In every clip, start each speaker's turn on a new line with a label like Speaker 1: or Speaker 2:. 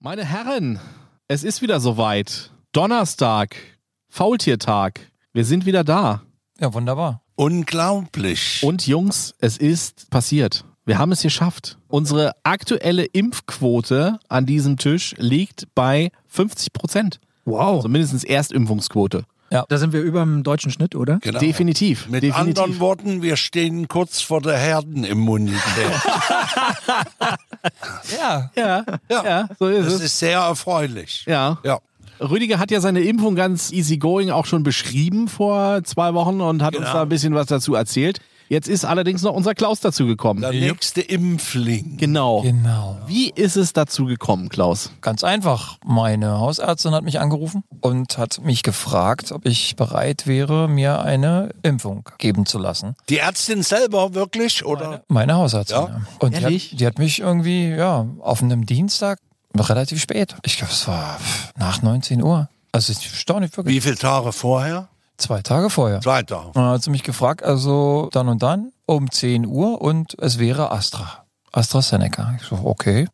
Speaker 1: Meine Herren, es ist wieder soweit. Donnerstag, Faultiertag. Wir sind wieder da.
Speaker 2: Ja, wunderbar.
Speaker 3: Unglaublich.
Speaker 1: Und Jungs, es ist passiert. Wir haben es geschafft. Unsere aktuelle Impfquote an diesem Tisch liegt bei 50 Prozent.
Speaker 4: Wow.
Speaker 1: Also mindestens Erstimpfungsquote.
Speaker 4: Da sind wir über dem deutschen Schnitt, oder?
Speaker 3: genau.
Speaker 1: Definitiv.
Speaker 3: Mit
Speaker 1: definitiv.
Speaker 3: anderen Worten, wir stehen kurz vor der Herdenimmunität.
Speaker 2: Ja.
Speaker 1: ja, ja.
Speaker 3: Ja.
Speaker 1: so ist
Speaker 3: das
Speaker 1: es.
Speaker 3: ist sehr erfreulich.
Speaker 1: ja.
Speaker 3: Ja.
Speaker 1: Rüdiger hat ja seine Impfung ganz easygoing auch schon beschrieben vor zwei Wochen und hat uns
Speaker 3: Genau.
Speaker 1: da ein bisschen was dazu erzählt. Jetzt ist allerdings noch unser Klaus dazu gekommen.
Speaker 3: Der nächste Impfling.
Speaker 1: Genau.
Speaker 2: Genau.
Speaker 1: Wie ist es dazu gekommen, Klaus?
Speaker 2: Ganz einfach. Meine Hausärztin hat mich angerufen und hat mich gefragt, ob ich bereit wäre, mir eine Impfung geben zu lassen.
Speaker 3: Die Ärztin selber wirklich oder?
Speaker 2: Meine Hausärztin.
Speaker 3: Ja?
Speaker 2: ja. Und die hat,
Speaker 1: Ehrlich?
Speaker 2: die hat mich irgendwie, ja, auf einem Dienstag relativ spät. Ich glaube, es war pff, nach 19 Uhr. Also ich staune nicht wirklich.
Speaker 3: Wie viele Tage vorher?
Speaker 2: Zwei Tage vorher.
Speaker 3: Zwei Tage.
Speaker 2: Und dann hat sie mich gefragt, also dann und dann um 10 Uhr und es wäre Astra. AstraZeneca. Ich so, okay.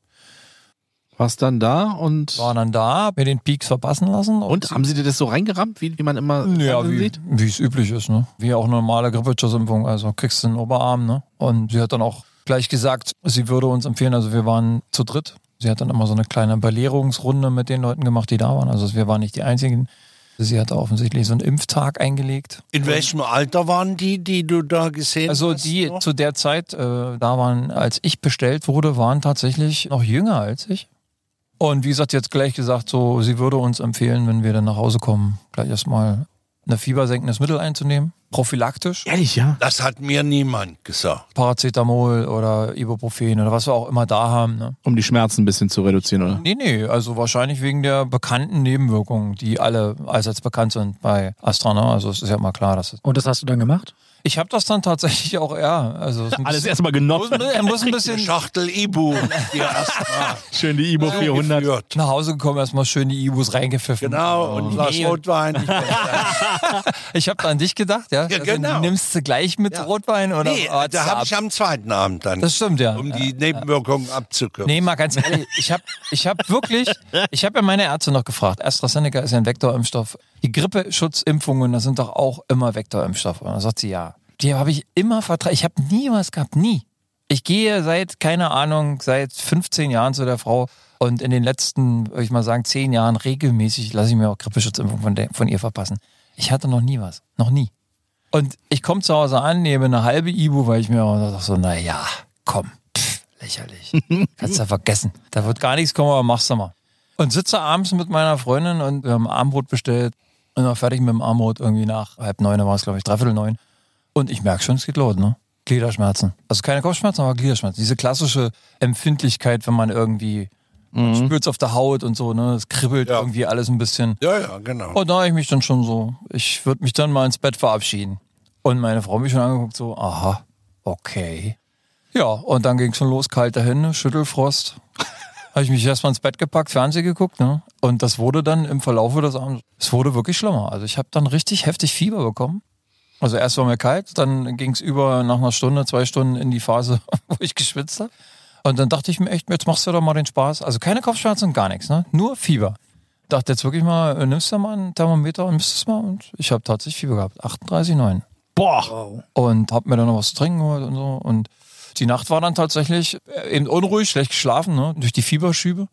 Speaker 1: Warst dann da und.
Speaker 2: War dann da, mir den Peaks verpassen lassen.
Speaker 1: Und haben sie dir das so reingerammt, wie, wie man immer
Speaker 2: Ja,
Speaker 1: Fernsehen
Speaker 2: wie
Speaker 1: sieht?
Speaker 2: wie es üblich ist, ne? Wie auch eine normale Grippeschutzimpfung, also kriegst du den Oberarm, ne? Und sie hat dann auch gleich gesagt, sie würde uns empfehlen, also wir waren zu dritt. Sie hat dann immer so eine kleine Belehrungsrunde mit den Leuten gemacht, die da waren. Also wir waren nicht die einzigen. Sie hat offensichtlich so einen Impftag eingelegt.
Speaker 3: In welchem Alter waren die, die du da gesehen
Speaker 2: Also
Speaker 3: hast?
Speaker 2: die
Speaker 3: noch?
Speaker 2: zu der Zeit äh, da waren, als ich bestellt wurde, waren tatsächlich noch jünger als ich. Und wie gesagt, jetzt gleich gesagt, so, sie würde uns empfehlen, wenn wir dann nach Hause kommen, gleich erstmal eine fiebersenkendes Mittel einzunehmen, prophylaktisch.
Speaker 1: Ehrlich, ja.
Speaker 3: Das hat mir niemand gesagt.
Speaker 2: Paracetamol oder Ibuprofen oder was wir auch immer da haben. Ne?
Speaker 1: Um die Schmerzen ein bisschen zu reduzieren, oder?
Speaker 2: Nee, nee, also wahrscheinlich wegen der bekannten Nebenwirkungen, die alle allseits bekannt sind bei Astra. Ne? Also es ist ja mal klar, dass es
Speaker 4: Und das hast du dann gemacht?
Speaker 2: Ich habe das dann tatsächlich auch, ja. Also es ist ein
Speaker 1: Alles
Speaker 2: bisschen,
Speaker 1: erstmal genommen.
Speaker 2: muss, ein- muss ein
Speaker 3: Eine
Speaker 2: bisschen
Speaker 3: Schachtel Ibu. die erstmal
Speaker 1: Schön die Ibo 400.
Speaker 3: geführt.
Speaker 2: nach Hause gekommen, erstmal schön die Ibus reingepfiffen. Oh.
Speaker 3: Genau, und ein Glas
Speaker 2: Nee.
Speaker 3: Rotwein. Ich bin-
Speaker 2: Ich habe an dich gedacht, ja. also
Speaker 3: Ja, genau.
Speaker 2: nimmst du gleich mit
Speaker 3: Ja.
Speaker 2: Rotwein oder
Speaker 3: nee,
Speaker 2: wart's
Speaker 3: da
Speaker 2: ab?
Speaker 3: habe ich am zweiten Abend dann,
Speaker 2: Das stimmt, ja.
Speaker 3: um die Nebenwirkungen abzukürzen.
Speaker 2: Nee, mal ganz ehrlich, ich habe ich hab wirklich, ich habe ja meine Ärzte noch gefragt. AstraZeneca ist ja ein Vektorimpfstoff. Die Grippeschutzimpfungen, das sind doch auch immer Vektorimpfstoffe. Und dann sagt sie ja. Die habe ich immer vertraut. Ich habe nie was gehabt, nie. Ich gehe seit, keine Ahnung, seit 15 Jahren zu der Frau und in den letzten, würde ich mal sagen, 10 Jahren regelmäßig lasse ich mir auch Grippeschutzimpfung von, der, von ihr verpassen. Ich hatte noch nie was. Noch nie. Und ich komme zu Hause an, nehme eine halbe Ibu, weil ich mir auch dachte so, naja, komm, pff, lächerlich. Kannst ja vergessen. Da wird gar nichts kommen, aber mach's doch mal. Und sitze abends mit meiner Freundin und wir haben Armbrot bestellt und war fertig mit dem Armbrot irgendwie nach halb neun, war es glaube ich, dreiviertel neun. Und ich merke schon, es geht los, ne? Gliederschmerzen. Also keine Kopfschmerzen, aber Gliederschmerzen. Diese klassische Empfindlichkeit, wenn man irgendwie spürt's auf der Haut und so, ne? Es kribbelt
Speaker 3: Ja.
Speaker 2: irgendwie alles ein bisschen.
Speaker 3: Ja, ja, genau.
Speaker 2: Und da habe ich mich dann schon so, ich würde mich dann mal ins Bett verabschieden. Und meine Frau hat mich schon angeguckt, so, aha, okay. Ja, und dann ging es schon los, kalte Hände, Schüttelfrost. habe ich mich erstmal ins Bett gepackt, Fernsehen geguckt, ne? Und das wurde dann im Verlaufe des Abends, es wurde wirklich schlimmer. Also ich habe dann richtig heftig Fieber bekommen. Also erst war mir kalt, dann ging es über nach einer Stunde, zwei Stunden in die Phase, wo ich geschwitzt habe. Und dann dachte ich mir echt, jetzt machst du doch mal den Spaß. Also keine Kopfschmerzen und gar nichts, ne? Nur Fieber dachte jetzt wirklich mal, äh, nimmst du mal ein Thermometer und misst es mal. Und ich habe tatsächlich Fieber gehabt, 38,9.
Speaker 1: Boah.
Speaker 2: Und habe mir dann noch was zu trinken geholt und so. Und die Nacht war dann tatsächlich äh, eben unruhig, schlecht geschlafen, ne? durch die Fieberschübe.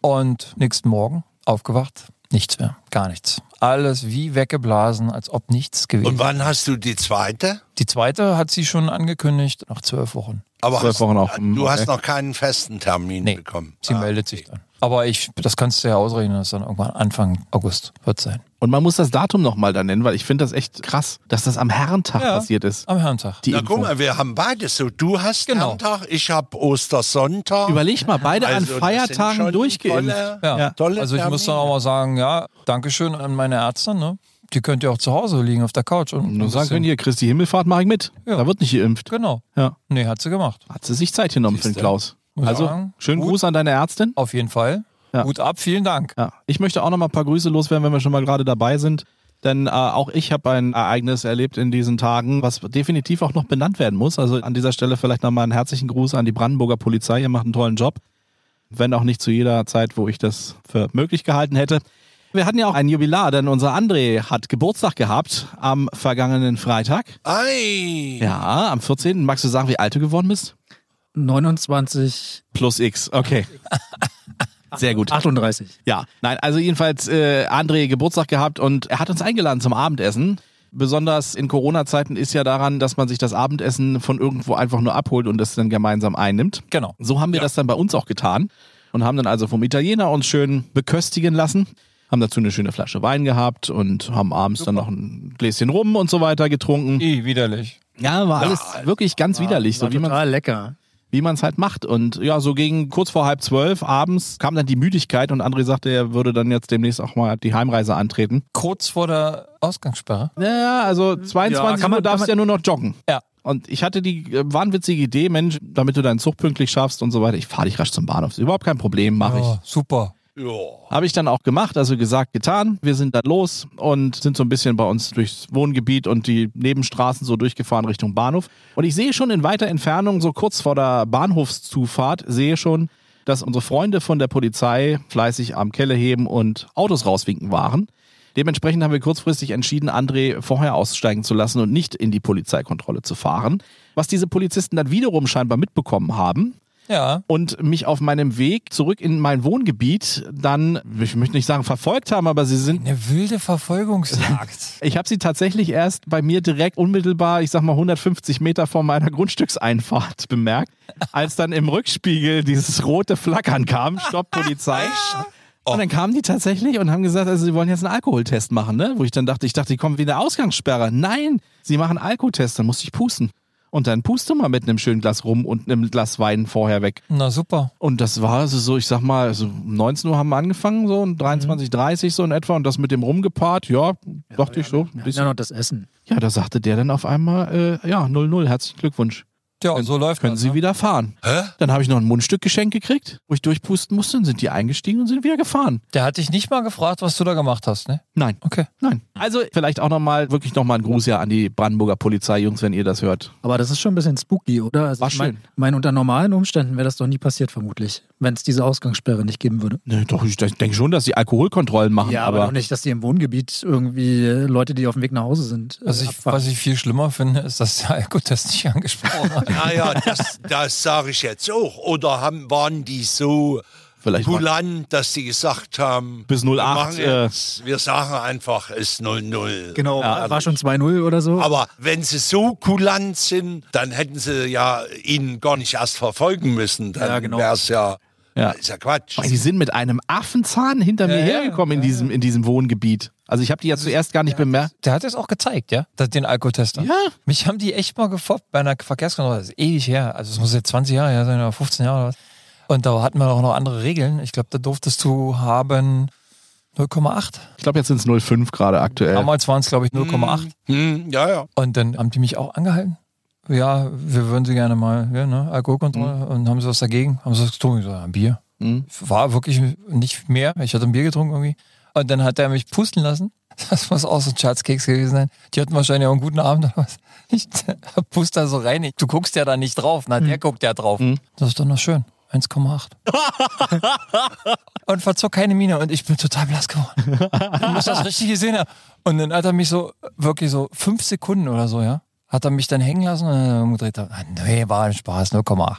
Speaker 2: Und nächsten Morgen aufgewacht, nichts mehr, gar nichts. Alles wie weggeblasen, als ob nichts gewesen
Speaker 3: Und
Speaker 2: wäre.
Speaker 3: wann hast du die zweite?
Speaker 2: Die zweite hat sie schon angekündigt, nach zwölf Wochen.
Speaker 3: Aber
Speaker 1: Zwölf
Speaker 3: hast,
Speaker 1: Wochen auch, hm,
Speaker 3: du hast
Speaker 1: okay.
Speaker 3: noch keinen festen Termin
Speaker 2: Nee,
Speaker 3: bekommen.
Speaker 2: sie
Speaker 3: Ah,
Speaker 2: meldet sich dann. Aber ich, das kannst du ja ausrechnen, das ist dann irgendwann Anfang August wird sein.
Speaker 1: Und man muss das Datum nochmal da nennen, weil ich finde das echt krass, dass das am Herrentag
Speaker 2: Ja.
Speaker 1: passiert ist.
Speaker 2: Am Herrentag.
Speaker 1: Die
Speaker 3: Na
Speaker 1: Impfung.
Speaker 3: guck mal, wir haben beides so. Du hast
Speaker 2: Genau.
Speaker 3: Herrentag, ich habe Ostersonntag.
Speaker 1: Überleg mal, beide
Speaker 3: Also, das
Speaker 1: an
Speaker 3: sind
Speaker 1: Feiertagen
Speaker 3: schon
Speaker 1: durchgeimpft.
Speaker 3: tolle-
Speaker 2: Ja.
Speaker 1: Ja.
Speaker 3: Tolle
Speaker 2: also ich muss dann
Speaker 3: Termine.
Speaker 2: auch mal sagen, ja, Dankeschön an meine Ärzte, ne? Die könnt ihr auch zu Hause liegen auf der Couch und
Speaker 1: Nur
Speaker 2: ein
Speaker 1: sagen
Speaker 2: bisschen-
Speaker 1: können, hier, Christi Himmelfahrt mache ich mit.
Speaker 2: Ja.
Speaker 1: Da wird nicht geimpft.
Speaker 2: Genau.
Speaker 1: Ja.
Speaker 2: Nee, hat sie gemacht.
Speaker 1: Hat sie sich Zeit genommen für den
Speaker 3: Siehste.
Speaker 1: Klaus.
Speaker 2: Muss
Speaker 1: also,
Speaker 2: sagen,
Speaker 1: schönen
Speaker 2: gut.
Speaker 1: Gruß an deine Ärztin.
Speaker 2: Auf jeden Fall.
Speaker 1: Ja.
Speaker 2: Gut ab, vielen Dank.
Speaker 1: Ja. Ich möchte auch noch mal ein paar Grüße loswerden, wenn wir schon mal gerade dabei sind. Denn äh, auch ich habe ein Ereignis erlebt in diesen Tagen, was definitiv auch noch benannt werden muss. Also an dieser Stelle vielleicht nochmal einen herzlichen Gruß an die Brandenburger Polizei. Ihr macht einen tollen Job. wenn auch nicht zu jeder Zeit, wo ich das für möglich gehalten hätte. Wir hatten ja auch ein Jubilar, denn unser André hat Geburtstag gehabt am vergangenen Freitag.
Speaker 3: Ei!
Speaker 1: Ja, am 14. Magst du sagen, wie alt du geworden bist?
Speaker 4: 29,
Speaker 1: Plus X, okay. Sehr gut.
Speaker 4: 38.
Speaker 1: Ja, nein, also jedenfalls äh, André Geburtstag gehabt und er hat uns eingeladen zum Abendessen. Besonders in Corona-Zeiten ist ja daran, dass man sich das Abendessen von irgendwo einfach nur abholt und das dann gemeinsam einnimmt.
Speaker 2: Genau.
Speaker 1: So haben wir das dann bei uns auch getan und haben dann also vom Italiener uns schön beköstigen lassen, haben dazu eine schöne Flasche Wein gehabt und haben abends dann noch ein Gläschen Rum und so weiter getrunken.
Speaker 2: I, widerlich.
Speaker 1: Ja, also war alles wirklich ganz widerlich, so wie man
Speaker 4: total Ah, lecker.
Speaker 1: wie man es halt macht. Und ja, so gegen kurz vor halb zwölf abends kam dann die Müdigkeit und André sagte, er würde dann jetzt demnächst auch mal die Heimreise antreten.
Speaker 2: Kurz vor der Ausgangssperre.
Speaker 1: Ja, also 22
Speaker 4: kann
Speaker 1: Uhr
Speaker 4: man-
Speaker 1: darfst
Speaker 4: kann man-
Speaker 1: ja nur noch joggen.
Speaker 2: Ja.
Speaker 1: Und ich hatte die äh, wahnwitzige Idee, Mensch, damit du deinen Zug pünktlich schaffst und so weiter, ich fahre dich rasch zum Bahnhof. Ist überhaupt kein Problem, mache ich.
Speaker 2: Oh, super.
Speaker 3: Ja.
Speaker 1: Habe ich dann auch gemacht, also gesagt, getan. Wir sind dann los und sind so ein bisschen bei uns durchs Wohngebiet und die Nebenstraßen so durchgefahren Richtung Bahnhof. Und ich sehe schon in weiter Entfernung, so kurz vor der Bahnhofszufahrt, sehe schon, dass unsere Freunde von der Polizei fleißig am Kelle heben und Autos rauswinken waren. Dementsprechend haben wir kurzfristig entschieden, André vorher aussteigen zu lassen und nicht in die Polizeikontrolle zu fahren. Was diese Polizisten dann wiederum scheinbar mitbekommen haben,
Speaker 2: Ja.
Speaker 1: und mich auf meinem Weg zurück in mein Wohngebiet dann, ich möchte nicht sagen verfolgt haben, aber sie sind,
Speaker 2: Eine wilde Verfolgungsjagd.
Speaker 1: ich habe sie tatsächlich erst bei mir direkt unmittelbar, ich sag mal 150 Meter vor meiner Grundstückseinfahrt bemerkt, als dann im Rückspiegel dieses rote Flackern kam, Stopp Polizei. Und dann kamen die tatsächlich und haben gesagt, also sie wollen jetzt einen Alkoholtest machen, ne? Wo ich dann dachte, ich dachte, die kommen wieder Ausgangssperre. Nein, sie machen Alkoholtest, dann musste ich pusten. Und dann puste mal mit einem schönen Glas rum und einem Glas Wein vorher weg.
Speaker 2: Na super.
Speaker 1: Und das war also so, ich sag mal, also um 19 Uhr haben wir angefangen, so und 23, 30 so in etwa und das mit dem rumgepaart, ja, dachte ich so. Ein
Speaker 4: Ist ja
Speaker 1: bisschen.
Speaker 4: noch das Essen.
Speaker 1: Ja, da sagte der dann auf einmal, äh, ja, 0-0, herzlichen Glückwunsch.
Speaker 2: Ja, und so läuft
Speaker 1: Können
Speaker 2: das.
Speaker 1: Sie
Speaker 2: ne?
Speaker 1: wieder fahren.
Speaker 3: Hä?
Speaker 1: Dann habe ich noch ein Mundstück geschenkt gekriegt, wo ich durchpusten musste, dann sind die eingestiegen und sind wieder gefahren.
Speaker 2: Der hat dich nicht mal gefragt, was du da gemacht hast, ne?
Speaker 1: Nein,
Speaker 2: Okay.
Speaker 1: nein. Also vielleicht auch nochmal, wirklich nochmal ein Gruß ja an die Brandenburger Polizei, Jungs, wenn ihr das hört.
Speaker 4: Aber das ist schon ein bisschen spooky, oder? Also
Speaker 1: War
Speaker 4: ich mein,
Speaker 1: schön.
Speaker 4: mein, unter normalen Umständen wäre das doch nie passiert, vermutlich. Wenn es diese Ausgangssperre nicht geben würde.
Speaker 1: Ne, doch, ich denke schon, dass sie Alkoholkontrollen machen,
Speaker 4: Ja, aber,
Speaker 1: aber,
Speaker 4: doch nicht, dass die im Wohngebiet irgendwie äh, Leute, die auf dem Weg nach Hause sind. äh,
Speaker 2: Also ich,
Speaker 4: abfahren.
Speaker 2: was ich viel schlimmer finde, ist, dass der Alkotest nicht angesprochen hat.
Speaker 3: Ah ja, das, das sage ich jetzt auch. Oder haben, waren die so
Speaker 1: Vielleicht war-
Speaker 3: kulant, dass sie gesagt haben,
Speaker 1: Bis 08,
Speaker 3: Wir, machen jetzt, wir sagen einfach, es ist 0-0.
Speaker 4: genau,
Speaker 1: Ja,
Speaker 4: war schon 2-0 oder so.
Speaker 3: Aber wenn sie so kulant sind, dann hätten sie ja ihn gar nicht erst verfolgen müssen. Dann
Speaker 4: Ja, genau.
Speaker 3: wäre es ja,
Speaker 1: Ja.
Speaker 3: ist ja Quatsch.
Speaker 1: Weil die sind mit einem Affenzahn hinter mir
Speaker 2: Ja, ja,
Speaker 1: hergekommen in, diesem, in diesem Wohngebiet. Also ich habe die ja zuerst gar nicht bemerkt.
Speaker 2: Der hat es auch gezeigt, ja? Das- Den Alkotester.
Speaker 1: Ja.
Speaker 2: Mich haben die echt mal gefoppt bei einer Verkehrskontrolle. Das ist ewig her. Also es muss jetzt 20 Jahre her sein oder 15 Jahre oder was. Und da hatten wir auch noch andere Regeln. Ich glaube, da durftest du haben 0,8.
Speaker 1: Ich glaube, jetzt sind es 0,5 gerade aktuell.
Speaker 2: Damals waren es, glaube ich, 0,8.
Speaker 3: Hm, ja, ja.
Speaker 2: Und dann haben die mich auch angehalten. Ja, wir würden sie gerne mal, ja, ne, Alkoholkontrolle. Und haben sie was dagegen? Haben sie was getrunken? Ich so, ja, ein Bier.
Speaker 1: Mhm.
Speaker 2: War wirklich nicht mehr. Ich hatte ein Bier getrunken irgendwie. Und dann hat er mich pusten lassen. Das muss auch so ein Schatzkeks gewesen sein. Die hatten wahrscheinlich auch einen guten Abend oder was. Ich puste da so rein. Du guckst ja da nicht drauf. Na, der guckt ja drauf. Das ist doch noch schön. 1,8. und verzog keine Miene und ich bin total blass geworden. Ich muss das richtig gesehen haben. Und dann hat er mich so, wirklich so fünf Sekunden oder so, ja, hat er mich dann hängen lassen und dann umgedreht. Ah, nee, war ein Spaß, 0,8.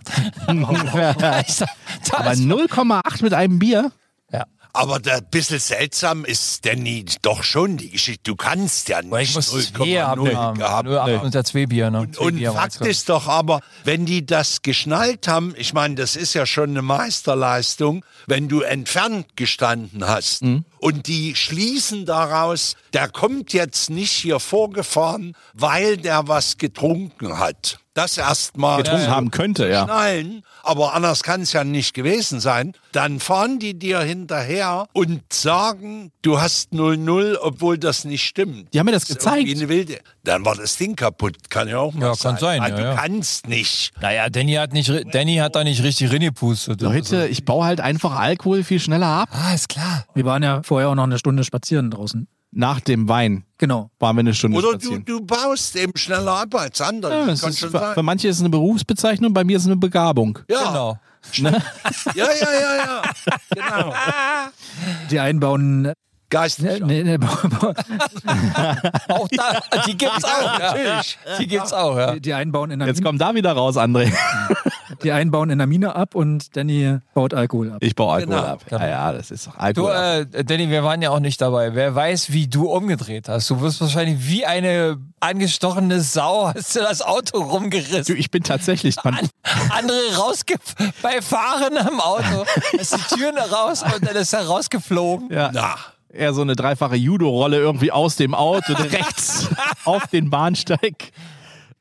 Speaker 2: Ich sag, da
Speaker 1: Aber
Speaker 2: ist-
Speaker 1: 0,8 mit einem Bier?
Speaker 2: ja.
Speaker 3: Aber da ein bisschen seltsam ist denn nie, doch schon die Geschichte. Du kannst ja
Speaker 2: Ich
Speaker 3: nicht
Speaker 2: muss zwei
Speaker 3: 0,0
Speaker 2: haben.
Speaker 3: gehabt.
Speaker 2: 0,8 und der zwei Bier, ne? Zwei
Speaker 3: Und
Speaker 2: Bier waren es,
Speaker 3: Fakt
Speaker 2: glaub ich.
Speaker 3: ist doch aber, wenn die das geschnallt haben, ich meine, das ist ja schon eine Meisterleistung, wenn du entfernt gestanden hast und die schließen daraus, der kommt jetzt nicht hier vorgefahren, weil der was getrunken hat. Das erstmal
Speaker 1: Getrunken haben könnte, ja.
Speaker 3: knallen, aber anders kann es ja nicht gewesen sein. Dann fahren die dir hinterher und sagen, du hast 0-0, obwohl das nicht stimmt.
Speaker 1: Die haben mir das
Speaker 3: Das ist
Speaker 1: gezeigt.
Speaker 3: irgendwie eine wilde. Dann war das Ding kaputt. Kann ja auch mal
Speaker 2: Ja,
Speaker 3: sein.
Speaker 2: kann sein,
Speaker 3: Ah,
Speaker 2: ja,
Speaker 3: du
Speaker 2: ja.
Speaker 3: kannst nicht.
Speaker 2: Naja, Danny hat, nicht, ri- Danny hat da nicht richtig reingepustet.
Speaker 1: Leute, ich baue halt einfach Alkohol viel schneller ab.
Speaker 2: Ah, ist klar.
Speaker 4: Wir waren ja vorher auch noch eine Stunde spazieren draußen.
Speaker 1: Nach dem Wein.
Speaker 4: Genau.
Speaker 1: Waren wir eine Stunde
Speaker 3: Oder du,
Speaker 1: spazieren.
Speaker 3: du baust eben schneller ab als andere.
Speaker 1: ja,
Speaker 3: das
Speaker 1: es
Speaker 3: kann
Speaker 1: ist,
Speaker 3: schon
Speaker 1: für, für
Speaker 3: sein.
Speaker 1: manche ist es eine Berufsbezeichnung, bei mir ist es eine Begabung.
Speaker 3: Ja,
Speaker 2: Genau.
Speaker 3: ja, ja, ja, ja. Genau.
Speaker 4: Die einen bauen.
Speaker 3: Geist.
Speaker 4: Nee, nee, nee, ba- ba-
Speaker 2: Auch da, die gibt's auch. Ja.
Speaker 3: Natürlich.
Speaker 2: Die gibt's auch, ja.
Speaker 4: die einen bauen in der
Speaker 1: Jetzt
Speaker 4: Mine,
Speaker 1: komm da wieder raus, André.
Speaker 4: die einen bauen in der Mine ab und Danny baut Alkohol ab.
Speaker 1: Ich baue Alkohol
Speaker 3: Genau.
Speaker 1: ab. Ja, ja, das ist doch
Speaker 2: Du,
Speaker 1: Alkohol. ab.
Speaker 2: äh, Danny, wir waren ja auch nicht dabei. Wer weiß, wie du umgedreht hast. Du wirst wahrscheinlich wie eine angestochene Sau, hast du das Auto
Speaker 1: Du,
Speaker 2: rumgerissen.
Speaker 1: ich bin tatsächlich. Man,
Speaker 2: Andere rausge... Bei Fahren am Auto ist die Türen raus und dann ist er rausgeflogen.
Speaker 1: ja,
Speaker 3: Na,
Speaker 1: eher so eine dreifache Judo-Rolle irgendwie aus dem Auto rechts auf den Bahnsteig.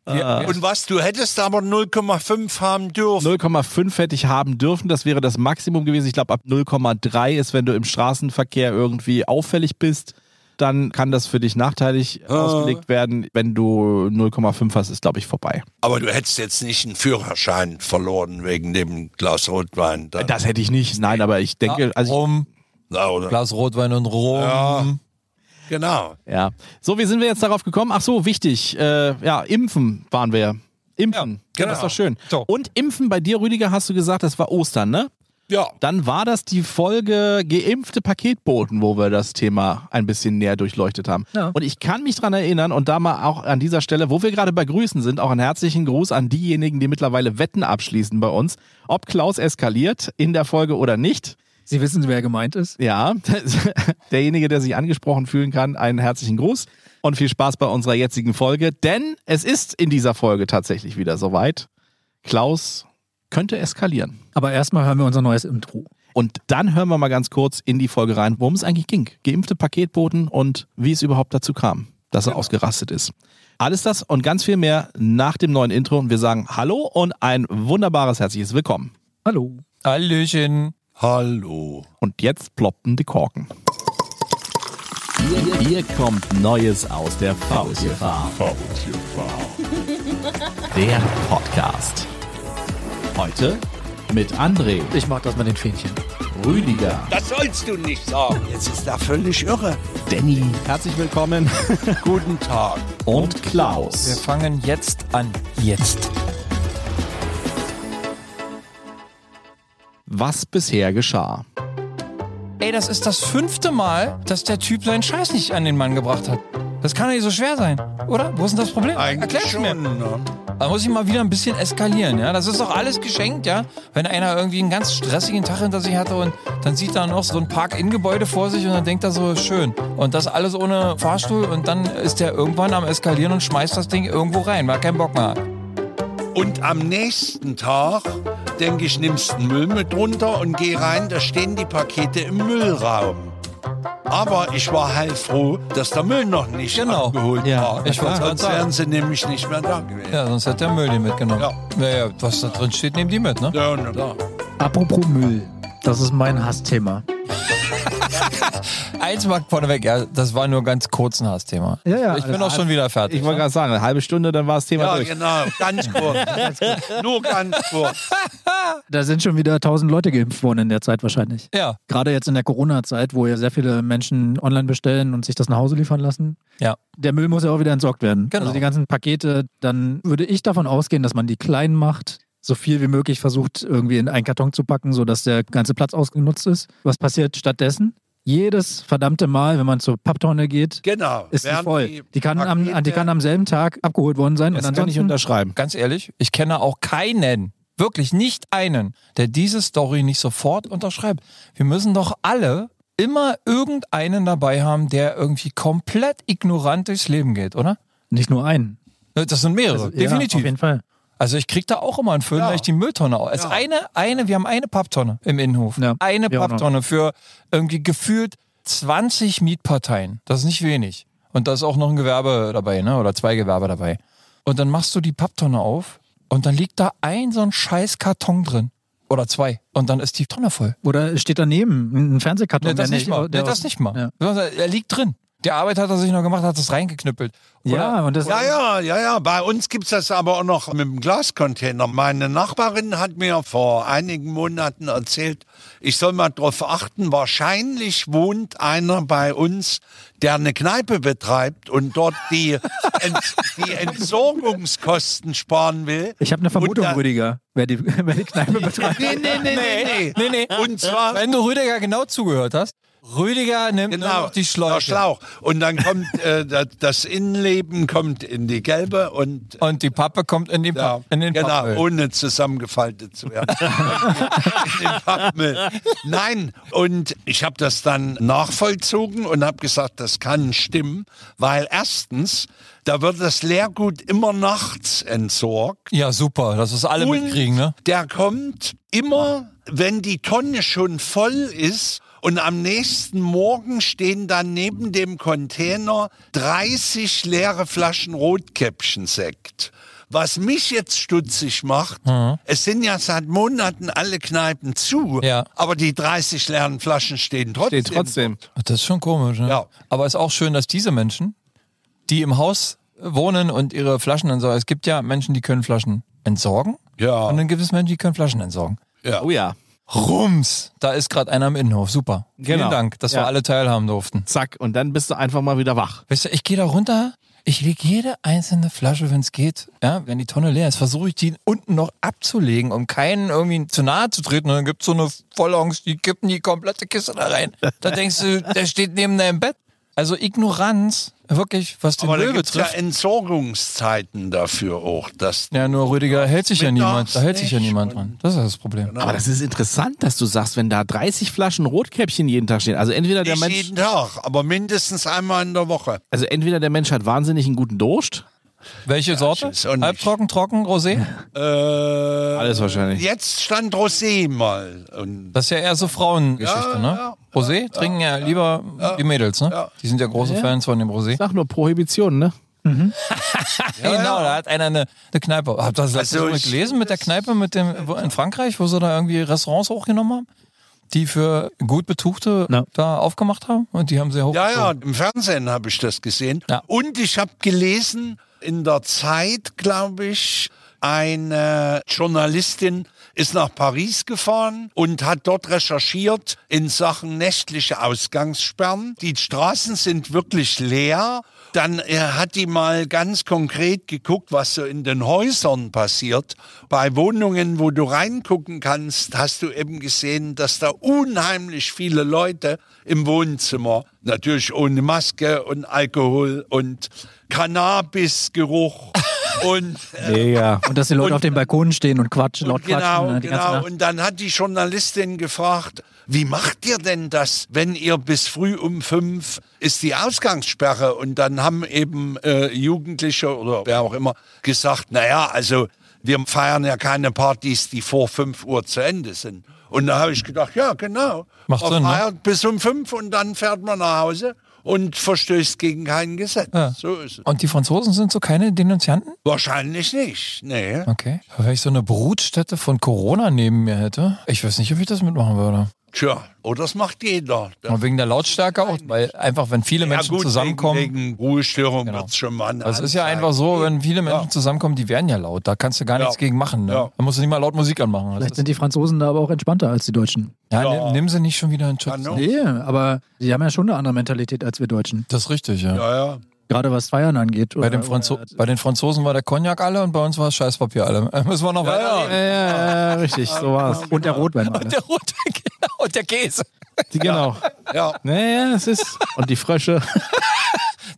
Speaker 1: Äh,
Speaker 2: Wir,
Speaker 3: und was, du hättest aber 0,5 haben dürfen.
Speaker 1: 0,5 hätte ich haben dürfen, das wäre das Maximum gewesen. Ich glaube, ab 0,3 ist, wenn du im Straßenverkehr irgendwie auffällig bist, dann kann das für dich nachteilig ausgelegt werden. Wenn du 0,5 hast, ist, glaube ich, vorbei.
Speaker 3: Aber du hättest jetzt nicht einen Führerschein verloren wegen dem Glas Rotwein. Dann.
Speaker 1: Das hätte ich nicht. Nein, aber ich denke, also
Speaker 2: Rum,
Speaker 3: Na, oder?
Speaker 2: Glas Rotwein und Rum.
Speaker 3: Genau.
Speaker 1: ich, ja. So, wie sind wir jetzt darauf gekommen? Ach so, wichtig. Äh, ja, impfen waren wir. Impfen.
Speaker 3: Ja, genau.
Speaker 1: Das war schön.
Speaker 2: So.
Speaker 1: Und impfen bei dir, Rüdiger, hast du gesagt, das war Ostern, ne?
Speaker 3: Ja.
Speaker 1: Dann war das die Folge geimpfte Paketboten, wo wir das Thema ein bisschen näher durchleuchtet haben.
Speaker 4: Ja.
Speaker 1: Und ich kann mich dran erinnern und da mal auch an dieser Stelle, wo wir gerade bei Grüßen sind, auch einen herzlichen Gruß an diejenigen, die mittlerweile Wetten abschließen bei uns, ob Klaus eskaliert in der Folge oder nicht.
Speaker 4: Sie wissen, wer gemeint ist.
Speaker 1: Ja, derjenige, der sich angesprochen fühlen kann, einen herzlichen Gruß und viel Spaß bei unserer jetzigen Folge, denn es ist in dieser Folge tatsächlich wieder soweit. Klaus könnte eskalieren.
Speaker 4: Aber erstmal hören wir unser neues Intro.
Speaker 1: Und dann hören wir mal ganz kurz in die Folge rein, worum es eigentlich ging. Geimpfte Paketboten und wie es überhaupt dazu kam, dass er ausgerastet ist. Alles das und ganz viel mehr nach dem neuen Intro. Und wir sagen Hallo und ein wunderbares herzliches Willkommen.
Speaker 4: Hallo.
Speaker 2: Hallöchen.
Speaker 3: Hallo.
Speaker 1: Und jetzt ploppten die Korken. Hier, kommt Neues aus der Faultierfarm. Der Podcast. Heute mit André,
Speaker 4: Ich mag das mit den Fähnchen.
Speaker 1: Rüdiger,
Speaker 3: Das sollst du nicht sagen. Jetzt ist er völlig irre.
Speaker 1: Danny. Herzlich willkommen.
Speaker 3: Guten Tag.
Speaker 1: Und Klaus.
Speaker 2: Wir fangen jetzt an. Jetzt.
Speaker 1: was bisher geschah.
Speaker 2: Ey, das ist das fünfte Mal, dass der Typ seinen Scheiß nicht an den Mann gebracht hat. Das kann doch nicht so schwer sein, oder? Wo ist denn das Problem?
Speaker 3: Eigentlich
Speaker 2: Erklär's
Speaker 3: schon.
Speaker 2: mir.
Speaker 3: ne?
Speaker 2: Da muss ich mal wieder ein bisschen eskalieren, ja? Das ist doch alles geschenkt, ja? Wenn einer irgendwie einen ganz stressigen Tag hinter sich hatte und dann sieht er noch so ein Park-In-Gebäude vor sich und dann denkt er so, schön. Und das alles ohne Fahrstuhl und dann ist der irgendwann am Eskalieren und schmeißt das Ding irgendwo rein, weil er keinen Bock mehr hat.
Speaker 3: Und am nächsten Tag, denke ich, nimmst den Müll mit runter und geh rein, da stehen die Pakete im Müllraum. Aber ich war heilfroh, dass der Müll noch nicht
Speaker 2: Genau.
Speaker 3: abgeholt
Speaker 1: Ja,
Speaker 3: war.
Speaker 2: ich wollte
Speaker 3: Sonst
Speaker 2: gerade sagen.
Speaker 3: wären sie nämlich nicht mehr da gewesen.
Speaker 2: Ja, sonst hätte er Müll den mitgenommen.
Speaker 3: Ja.
Speaker 2: Naja, was da drin steht, nehmen die mit, ne?
Speaker 3: Ja, na klar.
Speaker 4: Apropos Müll. Das ist mein Hassthema.
Speaker 2: Eins mag vorneweg, ja, das war nur ganz kurz ein Hassthema.
Speaker 4: Ja, ja,
Speaker 2: ich bin
Speaker 4: also
Speaker 2: auch schon wieder fertig.
Speaker 1: Ich wollte gerade sagen, eine halbe Stunde, dann war das Thema
Speaker 3: Ja,
Speaker 1: durch.
Speaker 3: genau, ganz kurz. Nur ganz kurz.
Speaker 4: Da sind schon wieder tausend Leute geimpft worden in der Zeit wahrscheinlich.
Speaker 2: ja,
Speaker 4: Gerade jetzt in der Corona-Zeit, wo ja sehr viele Menschen online bestellen und sich das nach Hause liefern lassen.
Speaker 2: ja.
Speaker 4: Der Müll muss ja auch wieder entsorgt werden.
Speaker 2: Genau.
Speaker 4: Also die ganzen Pakete, dann würde ich davon ausgehen, dass man die klein macht, so viel wie möglich versucht, irgendwie in einen Karton zu packen, sodass der ganze Platz ausgenutzt ist. Was passiert stattdessen? Jedes verdammte Mal, wenn man zur Papptonne geht,
Speaker 3: Genau.
Speaker 4: ist die
Speaker 3: Während
Speaker 4: voll. Die, kann am,
Speaker 3: Pakete-
Speaker 4: die kann am selben Tag abgeholt worden sein.
Speaker 1: Das
Speaker 4: und
Speaker 1: kann ich
Speaker 4: ansonsten-
Speaker 1: unterschreiben.
Speaker 2: Ganz ehrlich, ich kenne auch keinen, wirklich nicht einen, der diese Story nicht sofort unterschreibt. Wir müssen doch alle immer irgendeinen dabei haben, der irgendwie komplett ignorant durchs Leben geht, oder?
Speaker 4: Nicht nur einen.
Speaker 2: Das sind mehrere,
Speaker 4: Ja, auf
Speaker 2: definitiv.
Speaker 4: jeden Fall.
Speaker 2: also ich krieg da auch immer einen Föhn, weil ich die Mülltonne auch. Also
Speaker 3: Ja.
Speaker 2: eine, eine, wir haben eine Papptonne im Innenhof.
Speaker 4: Ja,
Speaker 2: Eine
Speaker 4: wir auch noch.
Speaker 2: Papptonne für irgendwie gefühlt 20 Mietparteien. Das ist nicht wenig. Und da ist auch noch ein Gewerbe dabei, ne? Oder zwei Gewerbe dabei. Und dann machst du die Papptonne auf und dann liegt da ein so ein scheiß Karton drin. Oder zwei. Und dann ist die Tonne voll.
Speaker 4: Oder es steht daneben ein Fernsehkarton.
Speaker 2: Ne, das
Speaker 4: der
Speaker 2: nicht mal.
Speaker 4: der
Speaker 2: Ne, das
Speaker 4: aus-
Speaker 2: nicht mal.
Speaker 4: Ja.
Speaker 2: Er liegt drin. Die Arbeit hat er sich noch gemacht, hat es reingeknüppelt. Oder-
Speaker 4: Ja, und das
Speaker 3: Ja, ja, ja, ja. Bei uns gibt es das aber auch noch mit dem Glascontainer. Meine Nachbarin hat mir vor einigen Monaten erzählt, ich soll mal drauf achten, wahrscheinlich wohnt einer bei uns, der eine Kneipe betreibt und dort die, Ent die Entsorgungskosten sparen will.
Speaker 4: Ich habe eine Vermutung,
Speaker 3: Und da-
Speaker 4: Rüdiger, wer die, wer die Kneipe betreibt.
Speaker 3: Nee, nee, nee, nee, nee.
Speaker 2: Nee, nee.
Speaker 3: Und zwar
Speaker 2: Wenn du Rüdiger genau zugehört hast, Rüdiger nimmt nur
Speaker 3: Genau,
Speaker 2: noch die
Speaker 3: der
Speaker 2: Schläuche.
Speaker 3: Schlauch. Und dann kommt äh, da- das Innenleben kommt in die gelbe und
Speaker 2: Und die Pappe kommt in, die
Speaker 3: Ja,
Speaker 2: Papp- in den
Speaker 3: genau,
Speaker 2: Pappmüll.
Speaker 3: ohne zusammengefaltet zu werden. In den Pappmüll. Nein, und ich habe das dann nachvollzogen und habe gesagt, das kann stimmen, weil erstens, da wird das Leergut immer nachts entsorgt.
Speaker 2: Ja, super, dass es alle
Speaker 3: Und
Speaker 2: mitkriegen, ne?
Speaker 3: der kommt immer, wenn die Tonne schon voll ist und am nächsten Morgen stehen dann neben dem Container 30 leere Flaschen Rotkäppchen-Sekt. Was mich jetzt stutzig macht,
Speaker 2: Mhm.
Speaker 3: es sind ja seit Monaten alle Kneipen zu,
Speaker 2: Ja.
Speaker 3: aber die 30 leeren Flaschen stehen trotzdem.
Speaker 1: Steht trotzdem.
Speaker 2: Das ist schon komisch, ne?
Speaker 3: Ja.
Speaker 2: Aber ist auch schön, dass diese Menschen, die im Haus wohnen und ihre Flaschen entsorgen, es gibt ja Menschen, die können Flaschen entsorgen.
Speaker 3: Ja.
Speaker 2: Und dann gibt es Menschen, die können Flaschen entsorgen.
Speaker 1: Oh ja.
Speaker 2: Rums, da ist gerade einer im Innenhof. Super.
Speaker 1: Genau.
Speaker 2: Vielen Dank, dass
Speaker 1: Ja.
Speaker 2: wir alle teilhaben durften.
Speaker 1: Zack. Und dann bist du einfach mal wieder wach.
Speaker 2: Weißt du, ich gehe da runter, ich lege jede einzelne Flasche, wenn es geht, ja, wenn die Tonne leer ist, versuche ich die unten noch abzulegen, um keinen irgendwie zu nahe zu treten. Und dann gibt es so eine Vollangst, die kippen die komplette Kiste da rein. Da denkst du, der steht neben deinem Bett. Also Ignoranz, wirklich, was den
Speaker 3: Aber da
Speaker 2: Müll
Speaker 3: gibt es ja
Speaker 2: betrifft.
Speaker 3: Entsorgungszeiten dafür auch, dass
Speaker 2: Ja, nur Rüdiger hält sich ja
Speaker 3: Mittags
Speaker 2: niemand, da hält sich ja
Speaker 3: nicht
Speaker 2: niemand
Speaker 3: und-
Speaker 2: dran. Das ist das Problem.
Speaker 1: Aber das ist interessant, dass du sagst, wenn da 30 Flaschen Rotkäppchen jeden Tag stehen. Also entweder der
Speaker 3: nicht
Speaker 1: Mensch,
Speaker 3: jeden Tag, aber mindestens einmal in der Woche.
Speaker 1: also entweder der Mensch hat wahnsinnig einen guten Durst.
Speaker 2: Welche Sorte?
Speaker 3: ist auch nicht.
Speaker 2: Halbtrocken, trocken, Rosé?
Speaker 3: Äh,
Speaker 1: Alles wahrscheinlich.
Speaker 3: Jetzt stand Rosé mal. Und
Speaker 2: Das ist ja eher so Frauengeschichte,
Speaker 3: Ja,
Speaker 2: ne?
Speaker 3: ja,
Speaker 2: Rosé trinken ja, lieber die Mädels, ne? Die sind ja große Fans von dem Rosé.
Speaker 1: Sag nur Prohibition, ne?
Speaker 2: genau, da hat einer eine, eine Kneipe. Habt ihr das letztes
Speaker 3: Also
Speaker 2: Mal
Speaker 3: ich-
Speaker 2: gelesen mit der Kneipe mit dem, wo- in Frankreich, wo sie da irgendwie Restaurants hochgenommen haben, die für gut Betuchte
Speaker 4: Ja.
Speaker 2: da aufgemacht haben und die haben sie hoch.
Speaker 3: ja, ja, im Fernsehen habe ich das gesehen.
Speaker 2: Ja.
Speaker 3: Und ich habe gelesen, in der Zeit, glaube ich, eine Journalistin ist nach Paris gefahren und hat dort recherchiert in Sachen nächtliche Ausgangssperren. Die Straßen sind wirklich leer. Dann äh, hat die mal ganz konkret geguckt, was so in den Häusern passiert. Bei Wohnungen, wo du reingucken kannst, hast du eben gesehen, dass da unheimlich viele Leute im Wohnzimmer, natürlich ohne Maske und Alkohol und Cannabisgeruch und äh,
Speaker 1: Mega.
Speaker 4: Und dass die Leute auf den Balkonen stehen und quatschen, laut
Speaker 3: und genau,
Speaker 4: quatschen. äh, die ganze
Speaker 3: genau.
Speaker 4: Nacht.
Speaker 3: Und dann hat die Journalistin gefragt, wie macht ihr denn das, wenn ihr bis früh um fünf ist die Ausgangssperre? Und dann haben eben äh, Jugendliche oder wer auch immer gesagt, naja, also wir feiern ja keine Partys, die vor fünf Uhr zu Ende sind. Und da habe ich gedacht, ja, genau.
Speaker 2: Macht
Speaker 3: man
Speaker 2: Sinn, ne?
Speaker 3: feiert bis um fünf und dann fährt man nach Hause und verstößt gegen kein Gesetz. So ist es.
Speaker 2: Und die Franzosen sind so keine Denunzianten?
Speaker 3: Wahrscheinlich nicht. Nee.
Speaker 2: Okay. Aber wenn ich so eine Brutstätte von Corona neben mir hätte, ich weiß nicht, ob ich das mitmachen würde.
Speaker 3: Tja, oder das macht jeder. Das
Speaker 2: Und wegen der Lautstärke auch, weil einfach, wenn viele Menschen
Speaker 3: gut,
Speaker 2: zusammenkommen.
Speaker 3: Wegen, wegen Ruhestörung wird's schon mal.
Speaker 2: Also es ist ja einfach so, wenn viele Menschen zusammenkommen, die werden ja laut. Da kannst du gar nichts gegen machen. Ne?
Speaker 3: Ja.
Speaker 2: Da musst du nicht mal laut Musik anmachen. Das
Speaker 4: Vielleicht
Speaker 2: ist,
Speaker 4: sind die Franzosen da aber auch entspannter als die Deutschen.
Speaker 2: ja,
Speaker 3: Ja.
Speaker 2: Nimm, nimm sie nicht schon wieder in Schutz.
Speaker 3: Ja, ne?
Speaker 4: Nee, aber die haben ja schon eine andere Mentalität als wir Deutschen.
Speaker 2: Das ist richtig, ja.
Speaker 3: Ja, ja.
Speaker 4: Gerade was Feiern angeht.
Speaker 2: Bei, dem Franzo bei den Franzosen war der Cognac alle und bei uns war das Scheißpapier alle. Äh, Müssen wir noch weiter.
Speaker 1: Ja, ja, ja, richtig, so war's.
Speaker 4: und der Rotwein. war das.
Speaker 2: Der rote genau, und der Käse.
Speaker 1: Die- Genau.
Speaker 3: ja.
Speaker 1: Naja, es ist. Und die Frösche.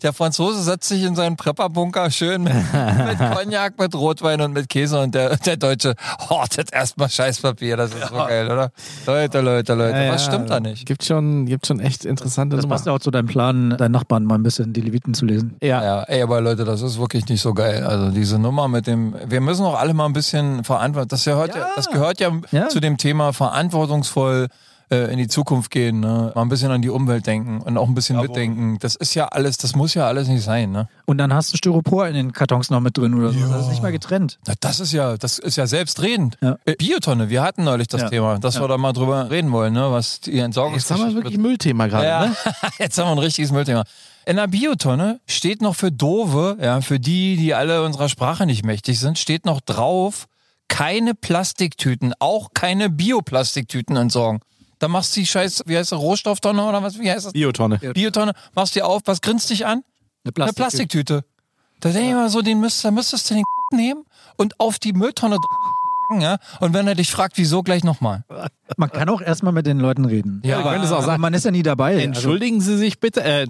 Speaker 2: Der Franzose setzt sich in seinen Prepperbunker schön mit, mit Cognac, mit Rotwein und mit Käse und der, der Deutsche hortet erstmal Scheißpapier. Das ist so geil, oder? Leute, Leute, Leute,
Speaker 1: Ja,
Speaker 2: was
Speaker 1: ja,
Speaker 2: stimmt da nicht?
Speaker 1: Gibt schon, gibt schon echt interessante
Speaker 4: Das
Speaker 1: Nummer.
Speaker 4: passt ja auch zu deinem Plan, deinen Nachbarn mal ein bisschen die Leviten zu lesen.
Speaker 1: ja.
Speaker 2: Ja, ey, aber Leute, das ist wirklich nicht so geil. Also diese Nummer mit dem, wir müssen auch alle mal ein bisschen verantwortlich, das, ja heute- das gehört ja,
Speaker 4: Ja.
Speaker 2: zu dem Thema verantwortungsvoll äh, in die Zukunft gehen, ne? mal ein bisschen an die Umwelt denken und auch ein bisschen mitdenken. Das ist ja alles, das muss ja alles nicht sein. Ne?
Speaker 4: Und dann hast du Styropor in den Kartons noch mit drin oder so. Das ist nicht mal getrennt.
Speaker 2: Na, das ist ja, das ist ja selbstredend.
Speaker 4: Ja.
Speaker 2: Äh, Biotonne, wir hatten neulich das
Speaker 4: Ja.
Speaker 2: Thema, dass wir da mal drüber reden wollen, ne? was die Entsorgung
Speaker 1: Jetzt haben wir wirklich ein Müllthema gerade,
Speaker 2: ja,
Speaker 1: ne?
Speaker 2: jetzt haben wir ein richtiges Müllthema. In der Biotonne steht noch für Dove, ja, für die, die alle unserer Sprache nicht mächtig sind, steht noch drauf, keine Plastiktüten, auch keine Bioplastiktüten entsorgen. Da machst du die scheiß, wie heißt das, Rohstofftonne oder was, wie heißt das?
Speaker 1: Biotonne.
Speaker 2: Biotonne, machst die auf, was grinst dich an?
Speaker 4: Eine
Speaker 2: Eine Plastiktüte. Da denke ich mal so, den müsst, da müsstest du den nehmen und auf die Mülltonne draufschlagen, ja? Und wenn er dich fragt, wieso, gleich nochmal.
Speaker 4: Man kann auch erstmal mit den Leuten reden.
Speaker 2: Ja,
Speaker 4: aber,
Speaker 2: ich könnte es auch
Speaker 4: aber man ist ja nie dabei.
Speaker 1: Entschuldigen Sie sich bitte. Äh,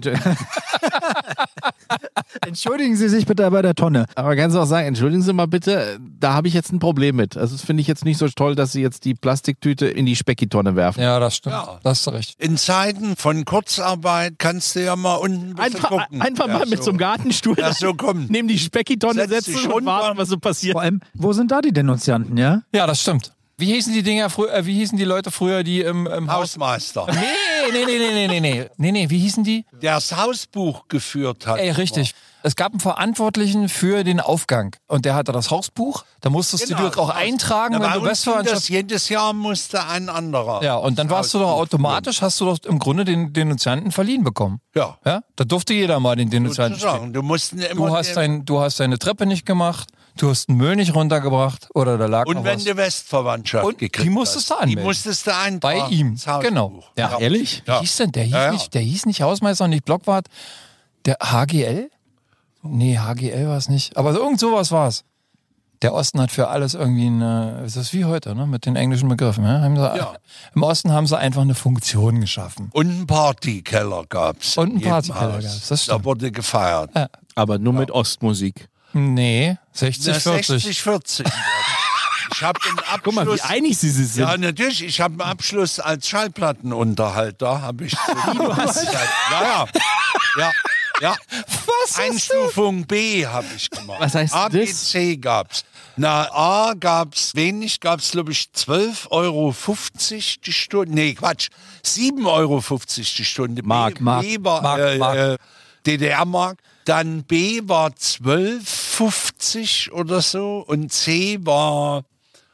Speaker 4: Also, entschuldigen Sie sich bitte bei der Tonne.
Speaker 1: aber kannst du auch sagen, entschuldigen Sie mal bitte, da habe ich jetzt ein Problem mit. Also das finde ich jetzt nicht so toll, dass Sie jetzt die Plastiktüte in die Speckitonne werfen.
Speaker 2: Ja, das stimmt.
Speaker 3: Ja.
Speaker 2: Das hast du recht.
Speaker 3: In Zeiten von Kurzarbeit kannst du ja mal unten ein bisschen
Speaker 1: Einfach,
Speaker 3: gucken.
Speaker 1: einfach mal
Speaker 3: Ja,
Speaker 1: mit
Speaker 3: so.
Speaker 1: so einem Gartenstuhl.
Speaker 3: Ja, so kommt.
Speaker 1: Nehmen die Speckitonne,
Speaker 3: Setz
Speaker 1: setzen
Speaker 3: dich
Speaker 1: und
Speaker 3: runter.
Speaker 1: warten, was so passiert.
Speaker 4: Vor allem, wo sind da die Denunzianten, ja?
Speaker 2: Ja, das stimmt. Wie hießen die Dinger früher, äh, wie hießen die Leute früher, die im, im Haus.
Speaker 3: Hausmeister,
Speaker 2: Nee, nee, nee, nee, nee, nee, nee. Nee, nee, wie hießen die?
Speaker 3: der das Hausbuch geführt hat.
Speaker 2: Ey, richtig. Es gab einen Verantwortlichen für den Aufgang und der hatte das Hausbuch. Da musstest
Speaker 3: Genau,
Speaker 2: du dir auch
Speaker 3: das Haus-
Speaker 2: eintragen,
Speaker 3: Na, bei
Speaker 2: wenn du
Speaker 3: uns ging das
Speaker 2: Westverwandtschaft.
Speaker 3: jedes Jahr musste ein anderer.
Speaker 2: Ja, und dann
Speaker 3: das
Speaker 2: warst du doch
Speaker 3: Hausbuch
Speaker 2: automatisch, hast du doch im Grunde den Denunzianten verliehen bekommen.
Speaker 3: führen. Ja.
Speaker 2: Ja? Da durfte jeder mal den Denunzianten stehen.
Speaker 3: Sozusagen. Du musst ihn immer
Speaker 2: Du hast,
Speaker 3: nehmen.
Speaker 2: dein, du hast deine Treppe nicht gemacht, du hast den Müll nicht runtergebracht oder da lag noch
Speaker 3: und wenn
Speaker 2: was.
Speaker 3: du Westverwandtschaft
Speaker 2: Und die
Speaker 3: gekriegt
Speaker 2: musstest du
Speaker 3: hast.
Speaker 2: anmelden.
Speaker 3: Die musstest du eintragen.
Speaker 2: Bei ihm.
Speaker 3: ins Hausbuch.
Speaker 2: Genau. Ja,
Speaker 1: Ehrlich?
Speaker 2: Wie
Speaker 3: Ah, Ja.
Speaker 2: hieß denn? Der hieß,
Speaker 3: Ja, ja.
Speaker 2: Nicht, der hieß nicht Hausmeister und nicht Blockwart. Der HGL? Nee, HGL war es nicht. Aber irgend sowas war es. Der Osten hat für alles irgendwie eine. Das ist wie heute, ne? Mit den englischen Begriffen. Ja? Haben sie,
Speaker 3: Ja.
Speaker 2: Im Osten haben sie einfach eine Funktion geschaffen.
Speaker 3: Und einen Partykeller gab's.
Speaker 2: Und
Speaker 3: in
Speaker 2: einen
Speaker 3: jedem
Speaker 2: Partykeller
Speaker 3: Haus.
Speaker 2: gab's, das
Speaker 3: Da
Speaker 2: stimmt.
Speaker 3: wurde gefeiert.
Speaker 1: Aber nur mit Ostmusik.
Speaker 2: Nee, 60,
Speaker 3: Na,
Speaker 2: 40.
Speaker 3: 60, 40. ich habe einen Abschluss.
Speaker 1: Guck mal, wie einig Sie sich sind.
Speaker 3: ja, natürlich. Ich habe einen Abschluss als Schallplattenunterhalter. Habe ich. ja, ja. ja. Ja,
Speaker 2: Was?
Speaker 3: Einstufung B habe ich gemacht.
Speaker 1: Was heißt
Speaker 3: A, B,
Speaker 1: das?
Speaker 3: C gab's. Na, A gab's wenig, gab's glaube ich 12,50 Euro die Stunde. Nee, Quatsch, 7,50 Euro die Stunde.
Speaker 1: Mark,
Speaker 3: B,
Speaker 1: Mark,
Speaker 3: B war,
Speaker 2: Mark,
Speaker 3: äh,
Speaker 2: Mark.
Speaker 3: Äh, DDR-Mark. Dann B war 12,50 oder so und C war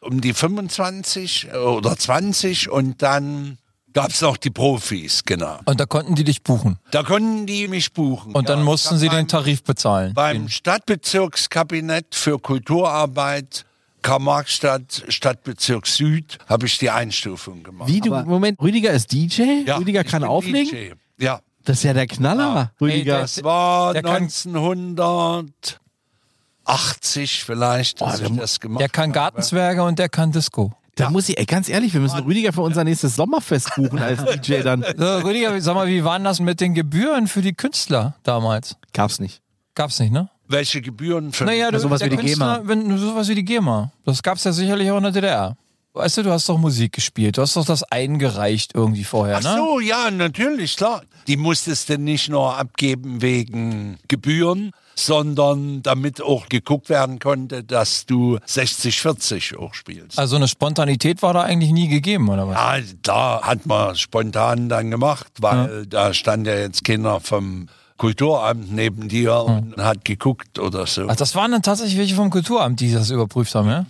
Speaker 3: um die 25 oder 20 und dann gab's noch die Profis, genau.
Speaker 2: Und da konnten die dich buchen.
Speaker 3: Da konnten die mich buchen.
Speaker 2: Und
Speaker 3: Ja,
Speaker 2: dann
Speaker 3: ich
Speaker 2: mussten
Speaker 3: hab
Speaker 2: sie den
Speaker 3: meinen-
Speaker 2: Tarif bezahlen.
Speaker 3: beim Stadtbezirkskabinett für Kulturarbeit Karl-Marx-Stadt, Stadtbezirk Süd, habe ich die Einstufung gemacht.
Speaker 1: Wie du,
Speaker 4: Aber-
Speaker 1: Moment, Rüdiger ist DJ?
Speaker 3: Ja,
Speaker 1: Rüdiger
Speaker 3: ich
Speaker 1: kann
Speaker 3: bin
Speaker 1: auflegen?
Speaker 3: DJ. Ja,
Speaker 1: Das ist ja der Knaller, Rüdiger.
Speaker 2: das-
Speaker 3: es war
Speaker 2: Der kann-
Speaker 3: 1980 vielleicht, dass ich das gemacht
Speaker 2: Der kann Gartenzwerge und der kann Disco.
Speaker 1: da muss ich, ey, ganz ehrlich, wir müssen Rüdiger für unser nächstes Sommerfest buchen als DJ dann.
Speaker 2: So, Rüdiger, sag mal, wie waren das mit den Gebühren für die Künstler damals?
Speaker 1: Gab's nicht.
Speaker 2: Gab's nicht, ne?
Speaker 3: Welche Gebühren für
Speaker 2: Naja, du,
Speaker 4: sowas
Speaker 2: der
Speaker 4: wie die
Speaker 2: Künstler,
Speaker 4: GEMA.
Speaker 2: Wenn, sowas wie die GEMA. Das gab es ja sicherlich auch in der DDR. Weißt du, du hast doch Musik gespielt. Du hast doch das eingereicht irgendwie vorher,
Speaker 3: Ach
Speaker 2: ne?
Speaker 3: so, ja, natürlich, klar. Die musstest du nicht nur abgeben wegen Gebühren, sondern damit auch geguckt werden konnte, dass du 60-40 auch spielst.
Speaker 2: Also eine Spontanität war da eigentlich nie gegeben, oder was?
Speaker 3: Ja, da hat man spontan dann gemacht, weil da stand ja jetzt keiner vom Kulturamt neben dir und
Speaker 2: Hm.
Speaker 3: hat geguckt oder so.
Speaker 2: Ach, das waren dann tatsächlich welche vom Kulturamt, die das überprüft haben, ja?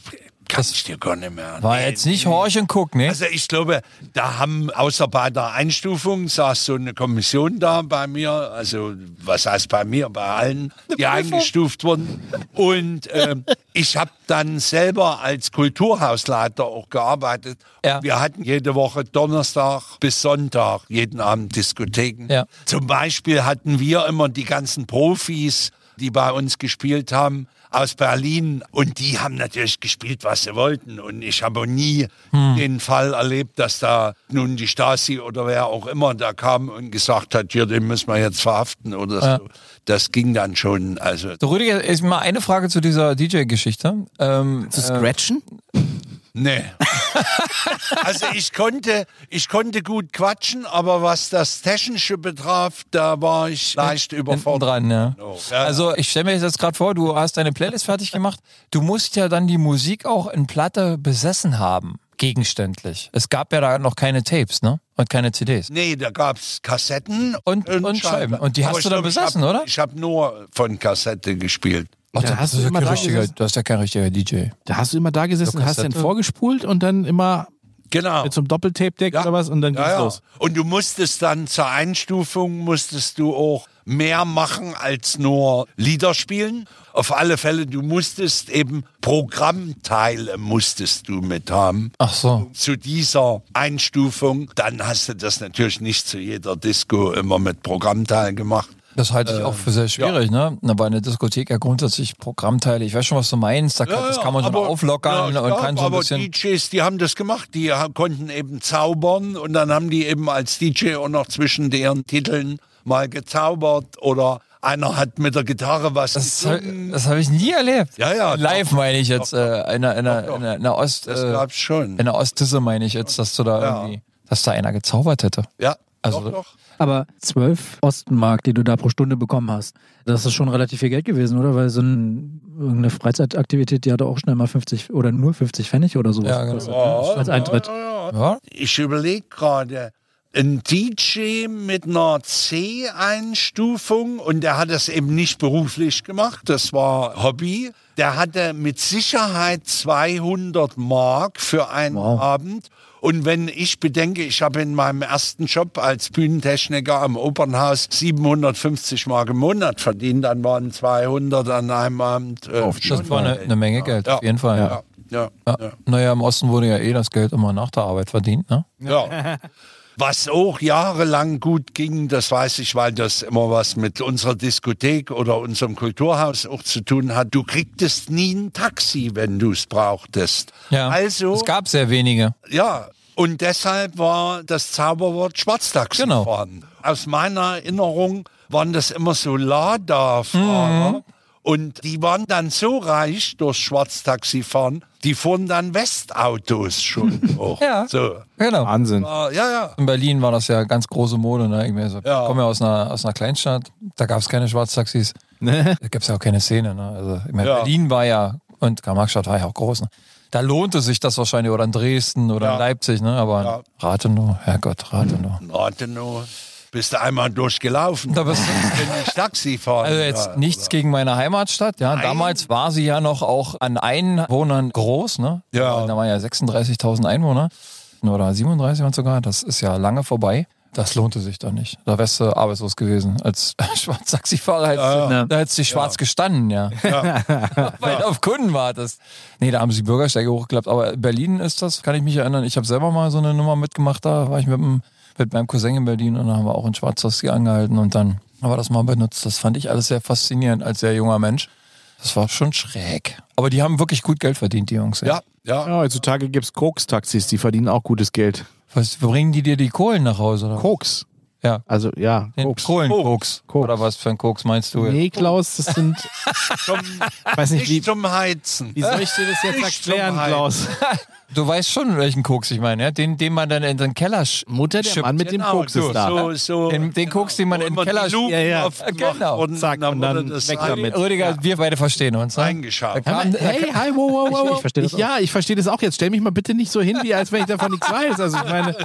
Speaker 3: Kann ich dir gar nicht mehr.
Speaker 2: War
Speaker 3: Nee,
Speaker 2: jetzt nicht horch und guck, ne?
Speaker 3: Also ich glaube, da haben außer bei der Einstufung saß so eine Kommission da bei mir, also was heißt bei mir, bei allen, die eingestuft wurden. Und ähm, ich habe dann selber als Kulturhausleiter auch gearbeitet.
Speaker 2: Ja.
Speaker 3: Wir hatten jede Woche Donnerstag bis Sonntag jeden Abend Diskotheken.
Speaker 2: Ja.
Speaker 3: Zum Beispiel hatten wir immer die ganzen Profis, die bei uns gespielt haben, aus Berlin. Und die haben natürlich gespielt, was sie wollten. Und ich habe nie den Fall erlebt, dass da nun die Stasi oder wer auch immer da kam und gesagt hat, hier, den müssen wir jetzt verhaften oder so. Das ging dann schon. Also,
Speaker 2: So, Rüdiger, ist mal eine Frage zu dieser DJ-Geschichte. Ähm,
Speaker 3: Äh.
Speaker 1: Zu scratchen?
Speaker 3: nee. also ich konnte, ich konnte gut quatschen, aber was das Technische betraf, da war ich leicht
Speaker 2: hinten
Speaker 3: überfordert.
Speaker 2: dran, ja.
Speaker 3: Oh, ja, ja.
Speaker 2: Also ich stelle mir das jetzt gerade vor, du hast deine Playlist fertig gemacht. Du musst ja dann die Musik auch in Platte besessen haben, gegenständlich. Es gab ja da noch keine Tapes, ne? Und keine CDs.
Speaker 1: Hm.
Speaker 3: Nee, da gab es Kassetten
Speaker 2: Und- und Scheiben. Und die hast
Speaker 3: Aber ich
Speaker 2: du dann
Speaker 3: glaub, ich
Speaker 2: besessen,
Speaker 3: hab,
Speaker 2: oder?
Speaker 3: Ich habe nur von Kassette gespielt.
Speaker 2: Ach,
Speaker 1: Ja,
Speaker 2: du,
Speaker 1: hast
Speaker 2: bist
Speaker 1: du
Speaker 2: ja
Speaker 1: immer
Speaker 2: kein
Speaker 1: da
Speaker 2: richtiger,
Speaker 1: gesessen?
Speaker 2: du hast ja kein richtiger DJ.
Speaker 1: Da hast du immer da gesessen,
Speaker 2: Ja,
Speaker 1: hast den
Speaker 2: Kassette.
Speaker 1: vorgespult und dann immer
Speaker 3: Genau.
Speaker 1: mit so einem Doppeltape-Deck
Speaker 3: Ja.
Speaker 1: oder was und dann ging's
Speaker 3: Ja, ja.
Speaker 1: los.
Speaker 3: Und du musstest dann zur Einstufung, musstest du auch mehr machen als nur Lieder spielen. Auf alle Fälle, du musstest eben Programmteile musstest du mit haben.
Speaker 2: Ach so.
Speaker 3: Zu dieser Einstufung, dann hast du das natürlich nicht zu jeder Disco immer mit Programmteilen gemacht.
Speaker 2: Das halte ich
Speaker 3: Ähm,
Speaker 2: auch für sehr schwierig, ne? Na, bei einer Diskothek ja grundsätzlich Programmteile. Ich weiß schon, was du meinst. Da kann, das kann man schon
Speaker 3: aber-
Speaker 2: auflockern
Speaker 3: ja,
Speaker 2: und
Speaker 3: ja,
Speaker 2: kann so ein
Speaker 3: aber
Speaker 2: bisschen.
Speaker 3: DJs, die haben das gemacht. Die ha- konnten eben zaubern und dann haben die eben als DJ auch noch zwischen deren Titeln mal gezaubert oder einer hat mit der Gitarre was
Speaker 2: Das, hab-
Speaker 3: gesungen.
Speaker 2: das habe ich nie erlebt.
Speaker 3: Ja, ja,
Speaker 2: Live
Speaker 3: doch.
Speaker 2: meine ich jetzt. äh, in, der, in, der,
Speaker 3: Doch, doch.
Speaker 2: in, der, in der Ost.
Speaker 3: Das
Speaker 2: äh,
Speaker 3: gab's schon.
Speaker 2: In der Ostisse meine ich jetzt, dass du da
Speaker 3: Ja.
Speaker 2: irgendwie, dass da einer gezaubert hätte.
Speaker 3: Ja,
Speaker 2: Also-
Speaker 3: doch, doch.
Speaker 4: Aber zwölf Ostenmark, die du da pro Stunde bekommen hast, das ist schon relativ viel Geld gewesen, oder? Weil so ein, irgendeine Freizeitaktivität, die hatte auch schnell mal 50 oder nur 50 Pfennig oder sowas
Speaker 2: Ja, genau.
Speaker 4: gekostet, ne? als Eintritt.
Speaker 2: Ja?
Speaker 3: Ich überlege gerade, ein DJ mit einer C-Einstufung und der hat das eben nicht beruflich gemacht, das war Hobby. Der hatte mit Sicherheit 200 Mark für einen Abend. Und wenn ich bedenke, ich habe in meinem ersten Job als Bühnentechniker am Opernhaus 750 Mark im Monat verdient, dann waren 200 an einem Abend. Äh,
Speaker 2: Das war eine, eine Menge Geld,
Speaker 3: Ja.
Speaker 2: auf jeden Fall. Ja.
Speaker 3: ja, ja,
Speaker 2: Ja.
Speaker 3: ja.
Speaker 2: Naja, im Osten wurde ja eh das Geld immer nach der Arbeit verdient, ne?
Speaker 3: Ja. Was auch jahrelang gut ging, das weiß ich, weil das immer was mit unserer Diskothek oder unserem Kulturhaus auch zu tun hat. Du kriegtest nie ein Taxi, wenn du es brauchtest.
Speaker 2: Ja.
Speaker 3: Also,
Speaker 2: Es gab sehr wenige.
Speaker 3: ja. Und deshalb war das Zauberwort Schwarztaxi
Speaker 2: Genau.
Speaker 3: fahren. Aus meiner Erinnerung waren das immer so Lada-Fahrer.
Speaker 2: Mhm.
Speaker 3: Und die waren dann so reich durch Schwarztaxifahren, die fuhren dann Westautos schon hoch.
Speaker 2: Ja.
Speaker 3: So.
Speaker 2: Genau.
Speaker 1: Wahnsinn.
Speaker 3: Ah, ja, ja.
Speaker 2: In Berlin war das ja ganz große Mode. Ne? Ich, meine, so,
Speaker 3: Ja.
Speaker 2: ich komme ja aus einer, aus einer Kleinstadt, da gab es keine Schwarztaxis, da gibt es ja auch keine Szene. Ne? Also, ich meine,
Speaker 3: Ne? Ja.
Speaker 2: Berlin war ja, und Karl-Marx-Stadt war ja auch groß. Ne? Da lohnte sich das wahrscheinlich, oder in Dresden oder
Speaker 3: Ja.
Speaker 2: in Leipzig, ne? aber
Speaker 3: Ja.
Speaker 2: Rathenow, Herrgott, Rathenow.
Speaker 3: Rathenow. Bist du einmal durchgelaufen?
Speaker 2: Da bist du-
Speaker 3: bin ich Taxi fahren.
Speaker 2: Also jetzt
Speaker 3: ja,
Speaker 2: nichts gegen meine Heimatstadt. Ja, damals war sie ja noch auch an Einwohnern groß. Ne?
Speaker 3: Ja.
Speaker 2: Da waren ja 36.000 Einwohner oder 37 waren sogar. Das ist ja lange vorbei. Das lohnte sich da nicht. Da wärst du arbeitslos gewesen. Als Schwarztaxifahrer hättest du,
Speaker 4: ja.
Speaker 2: da hättest du dich schwarz gestanden, ja. Weil du auf Kunden wartest. Nee, da haben sie die Bürgersteige hochgeklappt. Aber Berlin ist das, kann ich mich erinnern. Ich habe selber mal so eine Nummer mitgemacht. Da war ich mit, dem, mit meinem Cousin in Berlin und da haben wir auch in Schwarztaxi angehalten und dann haben wir das mal benutzt. Das fand ich alles sehr faszinierend als sehr junger Mensch. Das war schon schräg. Aber die haben wirklich gut Geld verdient, die Jungs. ey.
Speaker 3: ja, ja.
Speaker 1: Ja, heutzutage gibt es Koks-Taxis, die verdienen auch gutes Geld.
Speaker 2: Was bringen die dir die Kohlen nach Hause? Oder?
Speaker 1: Koks.
Speaker 2: Ja.
Speaker 1: Also ja,
Speaker 2: Den
Speaker 1: Koks.
Speaker 2: Kohlenkoks.
Speaker 1: Koks.
Speaker 2: Oder was für ein Koks meinst du?
Speaker 1: Nee, Klaus, das sind.
Speaker 3: Zum,
Speaker 1: Ich weiß nicht,
Speaker 3: nicht
Speaker 1: wie,
Speaker 3: zum Heizen.
Speaker 1: wie soll ich dir das jetzt
Speaker 3: Nicht
Speaker 1: erklären,
Speaker 3: zum Hype.
Speaker 1: Klaus?
Speaker 2: Du weißt schon, welchen Koks ich meine, ja? Den, den man dann in den Keller sch
Speaker 1: Mutter, der
Speaker 2: Stimmt,
Speaker 1: Mann mit
Speaker 3: Genau,
Speaker 1: dem Koks ist
Speaker 3: so,
Speaker 1: da.
Speaker 3: So, so.
Speaker 2: Den,
Speaker 1: genau.
Speaker 2: den Koks, den man in den
Speaker 3: Immer die
Speaker 2: Keller
Speaker 3: Lupen
Speaker 1: Ja, ja.
Speaker 3: aufgemacht
Speaker 2: Genau.
Speaker 3: wurden,
Speaker 1: Zack, und dann
Speaker 3: wurde das
Speaker 1: weg
Speaker 3: rein-
Speaker 1: damit.
Speaker 2: Rüdiger, wir beide verstehen uns. Ne?
Speaker 3: Reingeschaut.
Speaker 2: Da kam- da
Speaker 1: Hey, hi, wow, wow, wow.
Speaker 4: Ich- ich
Speaker 1: wow.
Speaker 4: verstehe das auch.
Speaker 1: ja, ich verstehe das auch jetzt. Stell mich mal bitte nicht so hin, wie als wenn ich davon nichts weiß. Also ich meine,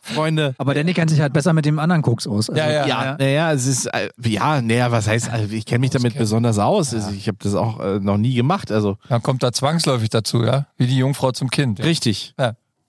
Speaker 1: Freunde.
Speaker 4: Aber Danny kennt sich halt besser mit dem anderen Koks aus. Also,
Speaker 2: Ja, ja.
Speaker 1: Ja, naja, es ist, äh, ja, naja, was heißt, also ich kenne mich damit besonders aus. Also ich habe das auch äh, noch nie gemacht. Also
Speaker 2: Dann kommt da zwangsläufig dazu, ja? Wie die Jungfrau zum Kind. Ja.
Speaker 1: richtig.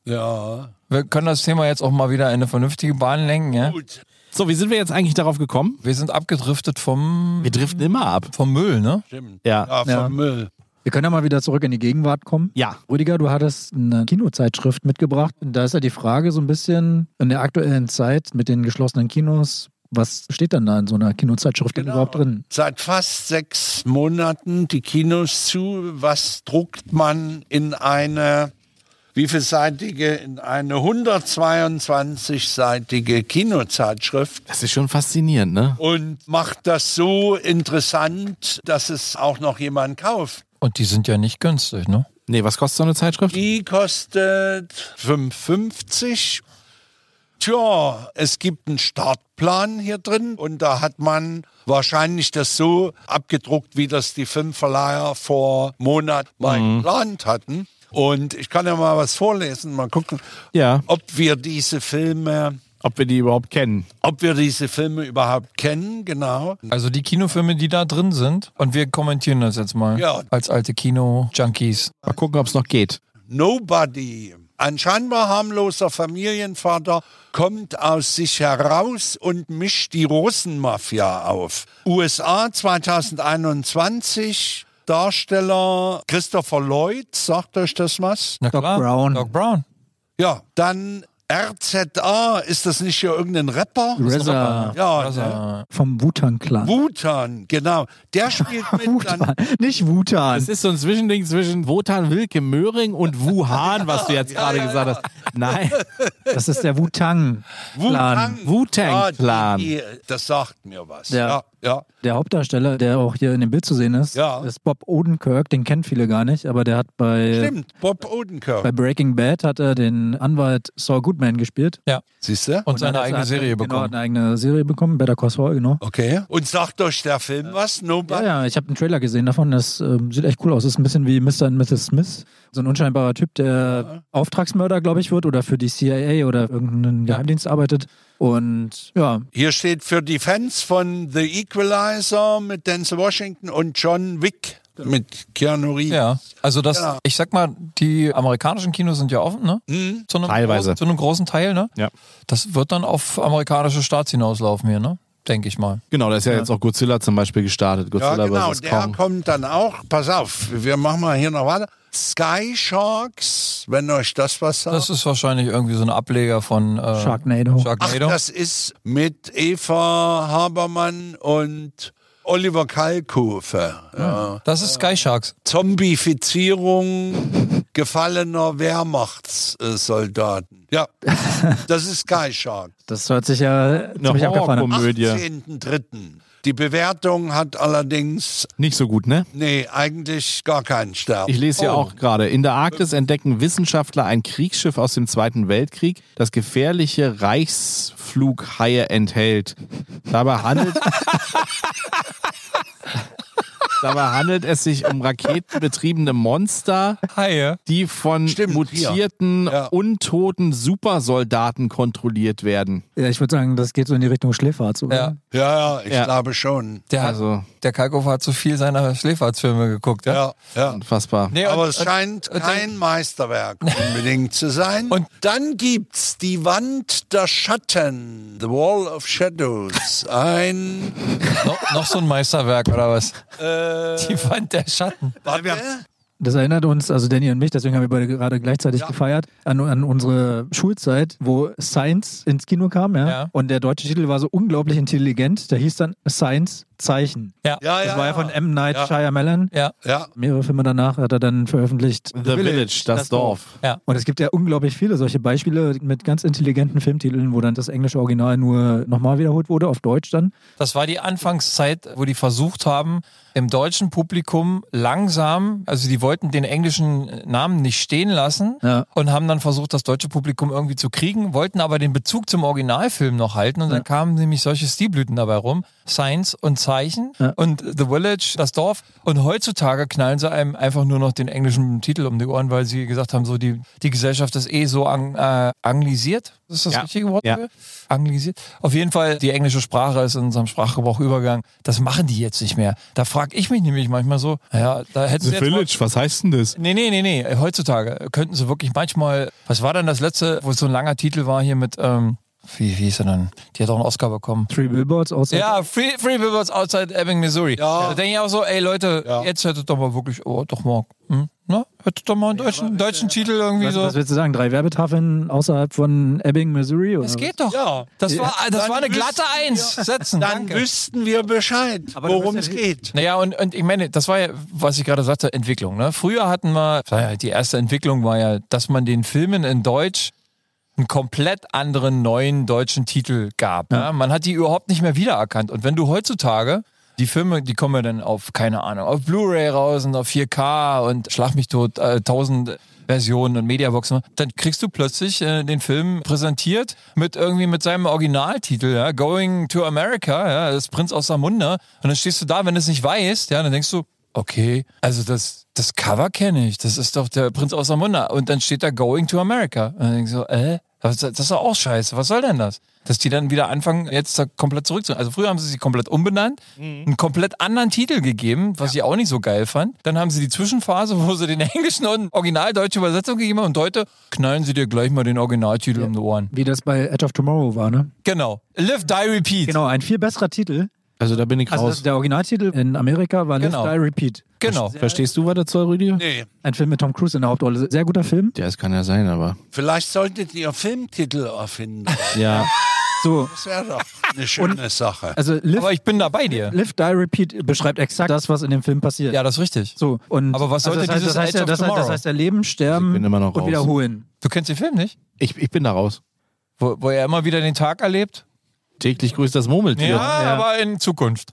Speaker 3: Ja.
Speaker 2: Wir können das Thema jetzt auch mal wieder in eine vernünftige Bahn lenken, ja?
Speaker 3: Gut.
Speaker 1: So, wie sind wir jetzt eigentlich darauf gekommen?
Speaker 2: Wir sind abgedriftet vom,
Speaker 1: Wir driften immer ab.
Speaker 2: vom Müll, ne?
Speaker 3: Stimmt.
Speaker 1: Ja.
Speaker 3: Ja, vom
Speaker 4: Ja.
Speaker 3: Müll.
Speaker 4: Wir können ja mal wieder zurück in die Gegenwart kommen.
Speaker 1: Ja.
Speaker 4: Rüdiger, du hattest eine Kinozeitschrift mitgebracht. Und da ist ja die Frage so ein bisschen in der aktuellen Zeit mit den geschlossenen Kinos. Was steht denn da in so einer Kinozeitschrift denn überhaupt drin?
Speaker 3: Seit fast sechs Monaten die Kinos zu. Was druckt man in eine, wie vielseitige, in eine 122-seitige Kinozeitschrift?
Speaker 1: Das ist schon faszinierend, ne?
Speaker 3: und macht das so interessant, dass es auch noch jemand kauft.
Speaker 2: Und die sind ja nicht günstig, ne?
Speaker 1: Nee, was kostet so eine Zeitschrift?
Speaker 3: Die kostet 5,50. Tja, es gibt einen Startplan hier drin und da hat man wahrscheinlich das so abgedruckt, wie das die Filmverleiher vor Monat mal geplant hatten. Und ich kann ja mal was vorlesen, mal gucken,
Speaker 1: Ja.
Speaker 3: ob wir diese Filme,
Speaker 1: Ob wir die überhaupt kennen.
Speaker 3: ob wir diese Filme überhaupt kennen, genau.
Speaker 2: Also die Kinofilme, die da drin sind. Und wir kommentieren das jetzt mal.
Speaker 3: Ja.
Speaker 2: Als alte Kino-Junkies.
Speaker 1: Mal gucken, ob es noch geht.
Speaker 3: Nobody. Ein scheinbar harmloser Familienvater kommt aus sich heraus und mischt die Russenmafia auf. USA 2021, Darsteller Christopher Lloyd, sagt euch das was?
Speaker 2: Na
Speaker 4: Doc
Speaker 2: klar.
Speaker 4: Brown.
Speaker 2: Doc Brown.
Speaker 3: Ja, dann RZA, ist das nicht hier irgendein Rapper?
Speaker 4: RZA.
Speaker 3: Ja,
Speaker 2: Also,
Speaker 3: ne?
Speaker 4: Vom Wutan-Clan.
Speaker 3: Wutan, genau. Der spielt mit. Dann,
Speaker 4: Wutan. Nicht Wutan.
Speaker 1: Es ist so ein Zwischending zwischen Wotan Wilke Möhring und Wuhan, was du jetzt gerade gesagt hast. Nein.
Speaker 4: Das ist der Wutang.
Speaker 3: Wutan.
Speaker 1: Wu-Tang-Clan.
Speaker 3: Ah, die- das sagt mir was.
Speaker 4: Ja.
Speaker 3: Ja, ja.
Speaker 4: Der Hauptdarsteller, der auch hier in dem Bild zu sehen ist,
Speaker 3: Ja.
Speaker 4: ist Bob Odenkirk. Den kennen viele gar nicht, aber der hat bei,
Speaker 3: Stimmt, Bob Odenkirk.
Speaker 4: bei Breaking Bad hat er den Anwalt Saul Goodman gespielt.
Speaker 2: ja.
Speaker 3: Siehst du?
Speaker 2: Und seine
Speaker 4: Dann hat er-
Speaker 2: eigene
Speaker 4: hat er-
Speaker 2: Serie
Speaker 4: Genau,
Speaker 2: bekommen.
Speaker 4: hat eine eigene Serie bekommen, Better Call Saul, genau.
Speaker 3: Okay. Und sagt euch der Film was?
Speaker 4: Ja,
Speaker 3: Nobody?
Speaker 4: ja, ich habe einen Trailer gesehen davon, das ähm, sieht echt cool aus. Ist ein bisschen wie Mr. und Mrs. Smith. So ein unscheinbarer Typ, der Auftragsmörder, glaube ich, wird oder für die CIA oder irgendeinen Geheimdienst arbeitet. Und ja,
Speaker 3: Hier steht für die Fans von The Equalizer mit Denzel Washington und John Wick mit Keanu Reeves.
Speaker 2: Ja, also das,
Speaker 3: Ja.
Speaker 2: ich sag mal, die amerikanischen Kinos sind ja offen, ne?
Speaker 3: Mhm.
Speaker 2: Zu einem
Speaker 1: Teilweise.
Speaker 2: Großen, zu einem großen Teil, ne?
Speaker 1: Ja.
Speaker 2: Das wird dann auf amerikanische Staats hinauslaufen hier, ne? Denke ich mal.
Speaker 1: Genau, da ist ja, jetzt auch Godzilla zum Beispiel gestartet.
Speaker 3: Ja,
Speaker 1: Godzilla
Speaker 3: genau.
Speaker 1: vs.
Speaker 3: Der
Speaker 1: Kong.
Speaker 3: kommt dann auch. Pass auf, wir machen mal hier noch weiter. Sky Sharks, wenn euch das was sagt.
Speaker 2: Das ist wahrscheinlich irgendwie so ein Ableger von äh,
Speaker 4: Sharknado.
Speaker 3: Ach,
Speaker 2: Sharknado.
Speaker 3: das ist mit Eva Habermann und Oliver Kalkofe. Ja.
Speaker 2: das ist Sky Sharks.
Speaker 3: Zombifizierung gefallener Wehrmachtssoldaten. Ja, das ist Sky Shark.
Speaker 4: das hört sich ja ziemlich abgefahren an.
Speaker 1: Horrorkomödie.
Speaker 3: 10.3. Die Bewertung hat allerdings,
Speaker 1: Nicht so gut, ne?
Speaker 3: nee, eigentlich gar keinen Stern.
Speaker 1: Ich lese ja
Speaker 2: Oh.
Speaker 1: auch gerade. In der Arktis entdecken Wissenschaftler ein Kriegsschiff aus dem Zweiten Weltkrieg, das gefährliche Reichsflughaie enthält. Dabei handelt, dabei handelt es sich um raketenbetriebene Monster,
Speaker 2: Haie.
Speaker 1: die von
Speaker 3: Stimmt,
Speaker 1: mutierten,
Speaker 3: Ja.
Speaker 1: untoten Supersoldaten kontrolliert werden.
Speaker 4: Ja, ich würde sagen, das geht so in die Richtung Schläferz, oder?
Speaker 2: Ja.
Speaker 3: Ja, ja, ich
Speaker 1: Ja.
Speaker 3: glaube schon.
Speaker 2: Der, also.
Speaker 1: Also,
Speaker 2: der Kalkofer hat zu viel seiner Schläferzfilme geguckt, ja?
Speaker 3: Ja, ja.
Speaker 1: unfassbar.
Speaker 2: Nee,
Speaker 3: Aber
Speaker 2: und-
Speaker 3: es scheint
Speaker 2: und-
Speaker 3: kein Meisterwerk unbedingt zu sein.
Speaker 2: Und-
Speaker 3: Und dann gibt's die Wand der Schatten, The Wall of Shadows. Ein
Speaker 2: noch, noch so ein Meisterwerk oder was?
Speaker 3: Äh.
Speaker 2: Die Wand der Schatten.
Speaker 3: warte,
Speaker 4: Das erinnert uns, also Danny und mich, deswegen haben wir beide gerade gleichzeitig gefeiert, an, an unsere Schulzeit, wo Science ins Kino kam, ja?
Speaker 2: Ja.
Speaker 4: Und der deutsche Titel war so unglaublich intelligent, der hieß dann Science Zeichen.
Speaker 2: Ja.
Speaker 3: ja,
Speaker 4: Das
Speaker 3: ja,
Speaker 4: war Ah, ja von M. Night Shyamalan.
Speaker 2: Ja.
Speaker 3: ja.
Speaker 4: Mehrere Filme danach hat er dann veröffentlicht.
Speaker 1: The Village, das Dorf.
Speaker 2: Ja.
Speaker 4: Und es gibt ja unglaublich viele solche Beispiele mit ganz intelligenten Filmtiteln, wo dann das englische Original nur nochmal wiederholt wurde, auf Deutsch dann.
Speaker 2: Das war die Anfangszeit, wo die versucht haben, im deutschen Publikum langsam, also die wollten den englischen Namen nicht stehen lassen
Speaker 4: Ja.
Speaker 2: und haben dann versucht, das deutsche Publikum irgendwie zu kriegen, wollten aber den Bezug zum Originalfilm noch halten und dann kamen nämlich solche Stilblüten dabei rum. Science und Zeichen
Speaker 4: Ja.
Speaker 2: und The Village, das Dorf. Und heutzutage knallen sie einem einfach nur noch den englischen Titel um die Ohren, weil sie gesagt haben, so die, die Gesellschaft ist eh so ang, äh, anglisiert. Ist das
Speaker 1: Ja.
Speaker 2: richtige Wort?
Speaker 1: Ja.
Speaker 2: dafür? anglisiert. Auf jeden Fall, die englische Sprache ist in unserem Sprachgebrauch übergegangen. Das machen die jetzt nicht mehr. Da frage ich mich nämlich manchmal so, ja, da hätten sie jetzt mal-
Speaker 1: was heißt denn das?
Speaker 2: Nee, nee, nee, nee. Heutzutage könnten sie wirklich manchmal, was war denn das letzte, wo es so ein langer Titel war hier mit, ähm, wie, wie hieß er denn? Die hat auch einen Oscar bekommen.
Speaker 4: Three Billboards also aus.
Speaker 2: Ja, Free, Free Billboards Outside Ebbing, Missouri.
Speaker 3: Ja.
Speaker 2: Da denke ich auch so, ey Leute,
Speaker 3: Ja.
Speaker 2: jetzt hättet doch mal wirklich, oh, doch mal, hm, na, hättet doch mal einen deutschen, deutschen Titel irgendwie
Speaker 4: Was,
Speaker 2: so.
Speaker 4: was willst du sagen? Drei Werbetafeln außerhalb von Ebbing, Missouri? Oder
Speaker 2: Das
Speaker 4: was?
Speaker 2: geht doch.
Speaker 3: Ja.
Speaker 2: Das war, das
Speaker 3: Dann
Speaker 2: war eine
Speaker 3: wüssten
Speaker 2: glatte Eins. Setzen.
Speaker 3: Dann
Speaker 2: Danke.
Speaker 3: wüssten wir Bescheid,
Speaker 4: du
Speaker 3: worum es
Speaker 4: bist ja
Speaker 3: geht.
Speaker 2: Naja, und, und ich meine, das war ja, was ich gerade sagte, Entwicklung. Ne? Früher hatten wir, war ja, halt die erste Entwicklung war ja, dass man den Filmen in Deutsch einen komplett anderen neuen deutschen Titel gab. Ne? Man hat die überhaupt nicht mehr wiedererkannt. Und wenn du heutzutage die Filme, die kommen ja dann auf, keine Ahnung, auf Blu-ray raus und auf 4K und Schlag mich tot, äh, 1000 Versionen und Mediaboxen, dann kriegst du plötzlich äh, den Film präsentiert mit irgendwie mit seinem Originaltitel, ja, Going to America, ja, das Prinz aus Samunda. Und dann stehst du da, wenn du es nicht weißt, ja, dann denkst du, okay, also das, das Cover kenne ich, das ist doch der Prinz aus Samunda. Und dann steht da Going to America. Und dann denk ich so, äh, das das ist doch auch scheiße, was soll denn das? Dass die dann wieder anfangen, jetzt da komplett zurückzunehmen. Also früher haben sie sie komplett umbenannt, einen komplett anderen Titel gegeben, was ich auch nicht so geil fand. Dann haben sie die Zwischenphase, wo sie den englischen und original deutsche Übersetzung gegeben haben und heute knallen sie dir gleich mal den Originaltitel um die Ohren.
Speaker 4: Wie das bei Edge of Tomorrow war, ne?
Speaker 2: Genau. Live, Die, Repeat.
Speaker 4: Genau, ein viel besserer Titel.
Speaker 1: Also da bin ich
Speaker 4: Also
Speaker 1: raus.
Speaker 4: der Originaltitel in Amerika war
Speaker 2: Genau.
Speaker 4: Live, Die, Repeat.
Speaker 2: Genau.
Speaker 1: Verstehst du was dazu, Rüdiger?
Speaker 3: Nee,
Speaker 4: Ein Film mit Tom Cruise in der Hauptrolle. Sehr guter Film.
Speaker 1: Ja, es kann ja sein, aber.
Speaker 3: vielleicht solltet ihr Filmtitel erfinden.
Speaker 1: Ja.
Speaker 4: So,
Speaker 3: Das wäre doch eine schöne Sache.
Speaker 4: also Live,
Speaker 2: Aber ich bin da bei dir.
Speaker 4: Live, Die, Repeat beschreibt exakt das, was in dem Film passiert.
Speaker 2: Ja, das ist richtig.
Speaker 4: So, und also
Speaker 2: Aber was sollte
Speaker 4: das heißt,
Speaker 2: dieses
Speaker 4: das heißt,
Speaker 2: Edge
Speaker 4: ja,
Speaker 2: of
Speaker 4: das, heißt- das
Speaker 2: Tomorrow?
Speaker 4: heißt ja Leben,
Speaker 1: Ich
Speaker 4: Sterben
Speaker 1: bin immer noch
Speaker 4: und
Speaker 1: raus.
Speaker 4: wiederholen.
Speaker 2: Du kennst den Film nicht?
Speaker 1: Ich, ich bin da raus.
Speaker 2: Wo, wo er immer wieder den Tag erlebt?
Speaker 1: Täglich grüßt das Murmeltier. Hm.
Speaker 4: ja.
Speaker 2: aber in Zukunft.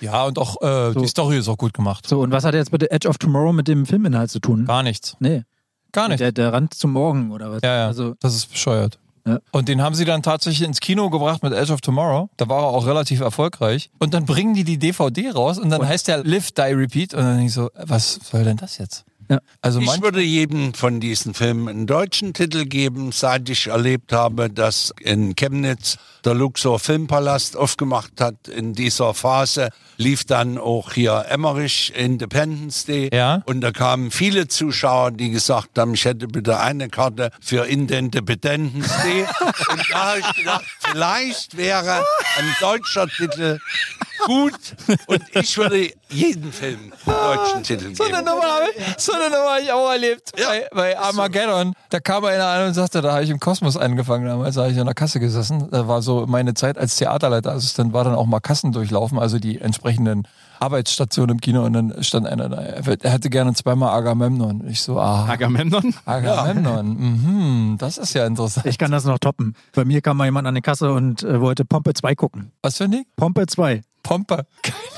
Speaker 2: Ja, und auch äh, die Story ist auch gut gemacht.
Speaker 4: So, und was hat jetzt mit The Edge of Tomorrow mit dem Filminhalt zu tun?
Speaker 2: Gar nichts.
Speaker 4: Nee,
Speaker 2: Gar nicht.
Speaker 4: der, der Rand zum Morgen oder was?
Speaker 2: Ja, ja.
Speaker 4: Also,
Speaker 2: das ist bescheuert.
Speaker 4: Ja.
Speaker 2: Und den haben sie dann tatsächlich ins Kino gebracht mit Edge of Tomorrow. Da war er auch relativ erfolgreich. Und dann bringen die die DVD raus und dann heißt der Live, Die, Repeat. Und dann denke ich so, was soll denn das jetzt?
Speaker 4: Ja.
Speaker 2: Also
Speaker 3: Ich
Speaker 2: manch,
Speaker 3: würde jedem von diesen Filmen einen deutschen Titel geben, seit ich erlebt habe, dass in Chemnitz der Luxor Filmpalast aufgemacht hat. In dieser Phase lief dann auch hier Emmerich Independence Day.
Speaker 2: Ja.
Speaker 3: Und da kamen viele Zuschauer, die gesagt haben, ich hätte bitte eine Karte für Independence Day. Und da habe ich gedacht, vielleicht wäre ein deutscher Titel gut. Und ich würde jedem Film einen deutschen Titel geben.
Speaker 2: so eine Nummer habe ich, so eine Nummer hab ich auch erlebt. Bei, bei Armageddon. Da kam einer an und sagte, da habe ich im Kosmos angefangen damals, da habe ich an der Kasse gesessen. Da war so meine Zeit als Theaterleiterassistent, war dann auch mal Kassen durchlaufen, also die entsprechenden Arbeitsstationen im Kino und dann stand einer da. Er hätte gerne zweimal Agamemnon. Ich so, ah,
Speaker 1: Agamemnon?
Speaker 2: Agamemnon. Mhm, das ist ja interessant.
Speaker 4: ich kann das noch toppen. Bei mir kam mal jemand an die Kasse und äh, wollte Pompe 2 gucken.
Speaker 2: Was für ein Ding?
Speaker 4: Pompe 2.
Speaker 2: Pompe.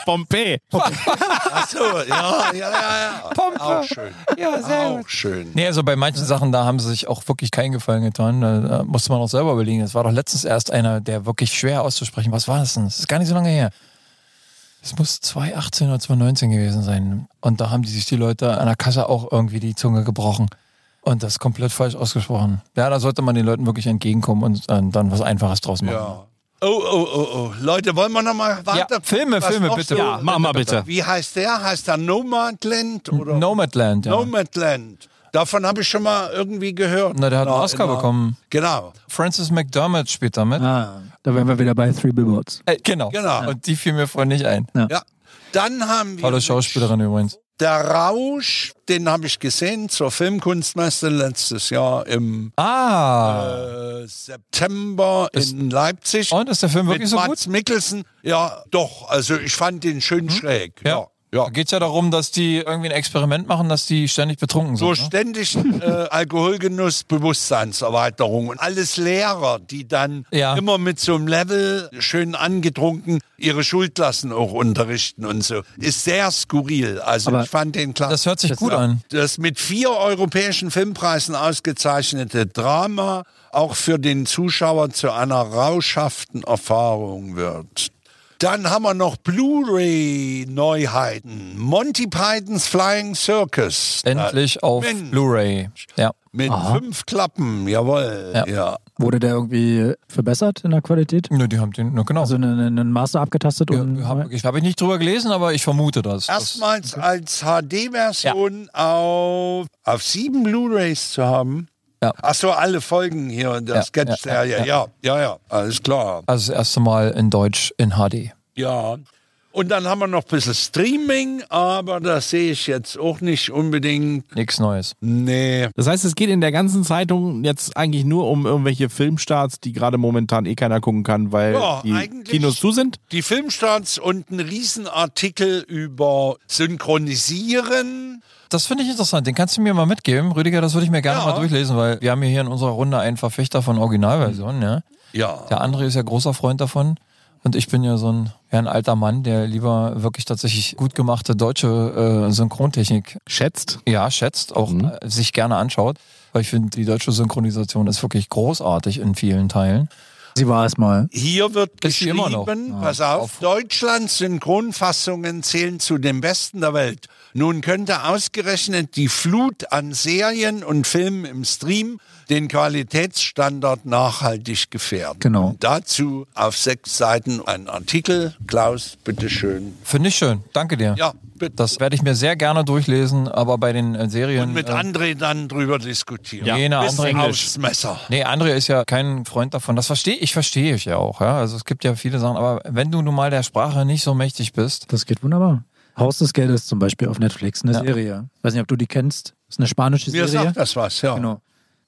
Speaker 1: Pompeii.
Speaker 3: Ach so, ja, ja, ja, ja.
Speaker 2: Pompe.
Speaker 3: Auch schön.
Speaker 2: Ja, sehr gut.
Speaker 3: Auch schön.
Speaker 2: Nee, also bei manchen Sachen, da haben sie sich auch wirklich keinen Gefallen getan. Da, da musste man auch selber überlegen. Es war doch letztens erst einer, der wirklich schwer auszusprechen. Was war das denn? Das ist gar nicht so lange her. Es muss 2018 oder 2019 gewesen sein. Und da haben die sich die Leute an der Kasse auch irgendwie die Zunge gebrochen. Und das komplett falsch ausgesprochen. Ja, da sollte man den Leuten wirklich entgegenkommen und äh, dann was Einfaches draus machen.
Speaker 3: Ja. Oh, oh, oh, oh. Leute, wollen wir nochmal weiter?
Speaker 2: Filme,
Speaker 3: Was
Speaker 2: Filme,
Speaker 3: noch
Speaker 2: bitte.
Speaker 1: Ja, mach mal bitte.
Speaker 3: Wie heißt der? Heißt der Nomadland oder
Speaker 2: Nomadland, ja.
Speaker 3: Nomadland? Davon habe ich schon mal irgendwie gehört.
Speaker 2: Na, der hat einen
Speaker 3: Na,
Speaker 2: Oscar
Speaker 3: na.
Speaker 2: bekommen.
Speaker 3: Genau.
Speaker 2: Francis McDermott spielt damit.
Speaker 4: Ah, da wären wir wieder bei Three Billboards.
Speaker 2: Äh, genau.
Speaker 3: Genau.
Speaker 2: Und die fiel mir vorhin nicht ein.
Speaker 3: Ja. Dann haben wir
Speaker 2: Tolle Schauspielerin übrigens.
Speaker 3: Der Rausch, den habe ich gesehen zur Filmkunstmesse letztes Jahr im
Speaker 2: Ah.
Speaker 3: äh, September in Leipzig.
Speaker 2: Und ist der Film
Speaker 3: Äh, mit
Speaker 2: wirklich so
Speaker 3: Mats
Speaker 2: gut?
Speaker 3: Mikkelsen. Ja, doch. Also ich fand den schön schräg. Ja. ja.
Speaker 2: Da geht ja darum, dass die irgendwie ein Experiment machen, dass die ständig betrunken
Speaker 3: So
Speaker 2: sind. ne?
Speaker 3: ständig äh, Alkoholgenuss, Bewusstseinserweiterung und alles Lehrer, die dann
Speaker 2: Ja.
Speaker 3: immer mit so einem Level schön angetrunken ihre Schulklassen auch unterrichten und so. Ist sehr skurril. Also
Speaker 4: Aber
Speaker 3: ich fand den klasse.
Speaker 2: Das hört sich gut an.
Speaker 3: Das mit vier europäischen Filmpreisen ausgezeichnete Drama auch für den Zuschauer zu einer rauschhaften Erfahrung wird. Dann haben wir noch Blu-ray-Neuheiten. Monty Pythons Flying Circus.
Speaker 2: Endlich auf
Speaker 3: Mensch.
Speaker 2: Blu-ray. Ja.
Speaker 3: Mit fünf Klappen, jawohl. Ja.
Speaker 4: Wurde der irgendwie verbessert in der Qualität?
Speaker 2: Ne, die haben den, na genau.
Speaker 4: Also einen, einen Master abgetastet? und
Speaker 2: hab, ich habe ich nicht drüber gelesen, aber ich vermute das.
Speaker 3: Erstmals als HD-Version auf, auf sieben Blu-Rays zu haben.
Speaker 2: Ja.
Speaker 3: Ach so, alle Folgen hier, das
Speaker 2: Ja,
Speaker 3: Sketch,
Speaker 2: ja, ja,
Speaker 3: ja ja ja, ja, ja, alles klar.
Speaker 2: Also das erste Mal in Deutsch in HD.
Speaker 3: Ja. Und dann haben wir noch ein bisschen Streaming, aber das sehe ich jetzt auch nicht unbedingt.
Speaker 2: Nichts Neues.
Speaker 3: Nee.
Speaker 1: Das heißt, es geht in der ganzen Zeitung jetzt eigentlich nur um irgendwelche Filmstarts, die gerade momentan eh keiner gucken kann, weil
Speaker 3: Ja,
Speaker 1: die
Speaker 3: eigentlich-
Speaker 1: Kinos zu sind.
Speaker 3: Die Filmstarts und ein Riesenartikel über Synchronisieren.
Speaker 2: Das finde ich interessant. Den kannst du mir mal mitgeben, Rüdiger. Das würde ich mir gerne
Speaker 3: Ja.
Speaker 2: mal durchlesen, weil wir haben ja hier in unserer Runde einen Verfechter von Originalversionen. Ja.
Speaker 3: Ja.
Speaker 2: Der André ist ja großer Freund davon. Und ich bin ja so ein, ja, ein alter Mann, der lieber wirklich tatsächlich gut gemachte deutsche äh, Synchrontechnik
Speaker 1: Schätzt.
Speaker 2: ja, schätzt, auch
Speaker 3: Mhm.
Speaker 2: äh, sich gerne anschaut. Weil ich finde, die deutsche Synchronisation ist wirklich großartig in vielen Teilen.
Speaker 4: Sie war es mal.
Speaker 3: Hier wird
Speaker 2: Ist sie
Speaker 3: geschrieben,
Speaker 2: immer noch?
Speaker 3: pass auf, Deutschlands Synchronfassungen zählen zu den besten der Welt. Nun könnte ausgerechnet die Flut an Serien und Filmen im Stream den Qualitätsstandard nachhaltig gefährden.
Speaker 4: Genau.
Speaker 3: Und dazu auf sechs Seiten ein Artikel. Klaus, bitteschön.
Speaker 2: Finde ich schön. Danke dir.
Speaker 3: Ja, bitte.
Speaker 2: Das werde ich mir sehr gerne durchlesen, aber bei den äh, Serien.
Speaker 3: und mit
Speaker 2: äh,
Speaker 3: André dann drüber diskutieren.
Speaker 2: Ja, na,
Speaker 3: Bis
Speaker 2: André Englisch.
Speaker 3: aufs Messer.
Speaker 2: Nee, André ist ja kein Freund davon. Das verstehe ich, verstehe ich ja auch. Ja? Also es gibt ja viele Sachen, aber wenn du nun mal der Sprache nicht so mächtig bist,
Speaker 4: Das geht wunderbar. Haus des Geldes zum Beispiel auf Netflix, eine
Speaker 2: Ja.
Speaker 4: Serie. Weiß nicht, ob du die kennst. Ist eine spanische
Speaker 3: Mir
Speaker 4: Serie.
Speaker 3: sagt das was, ja.
Speaker 4: Genau.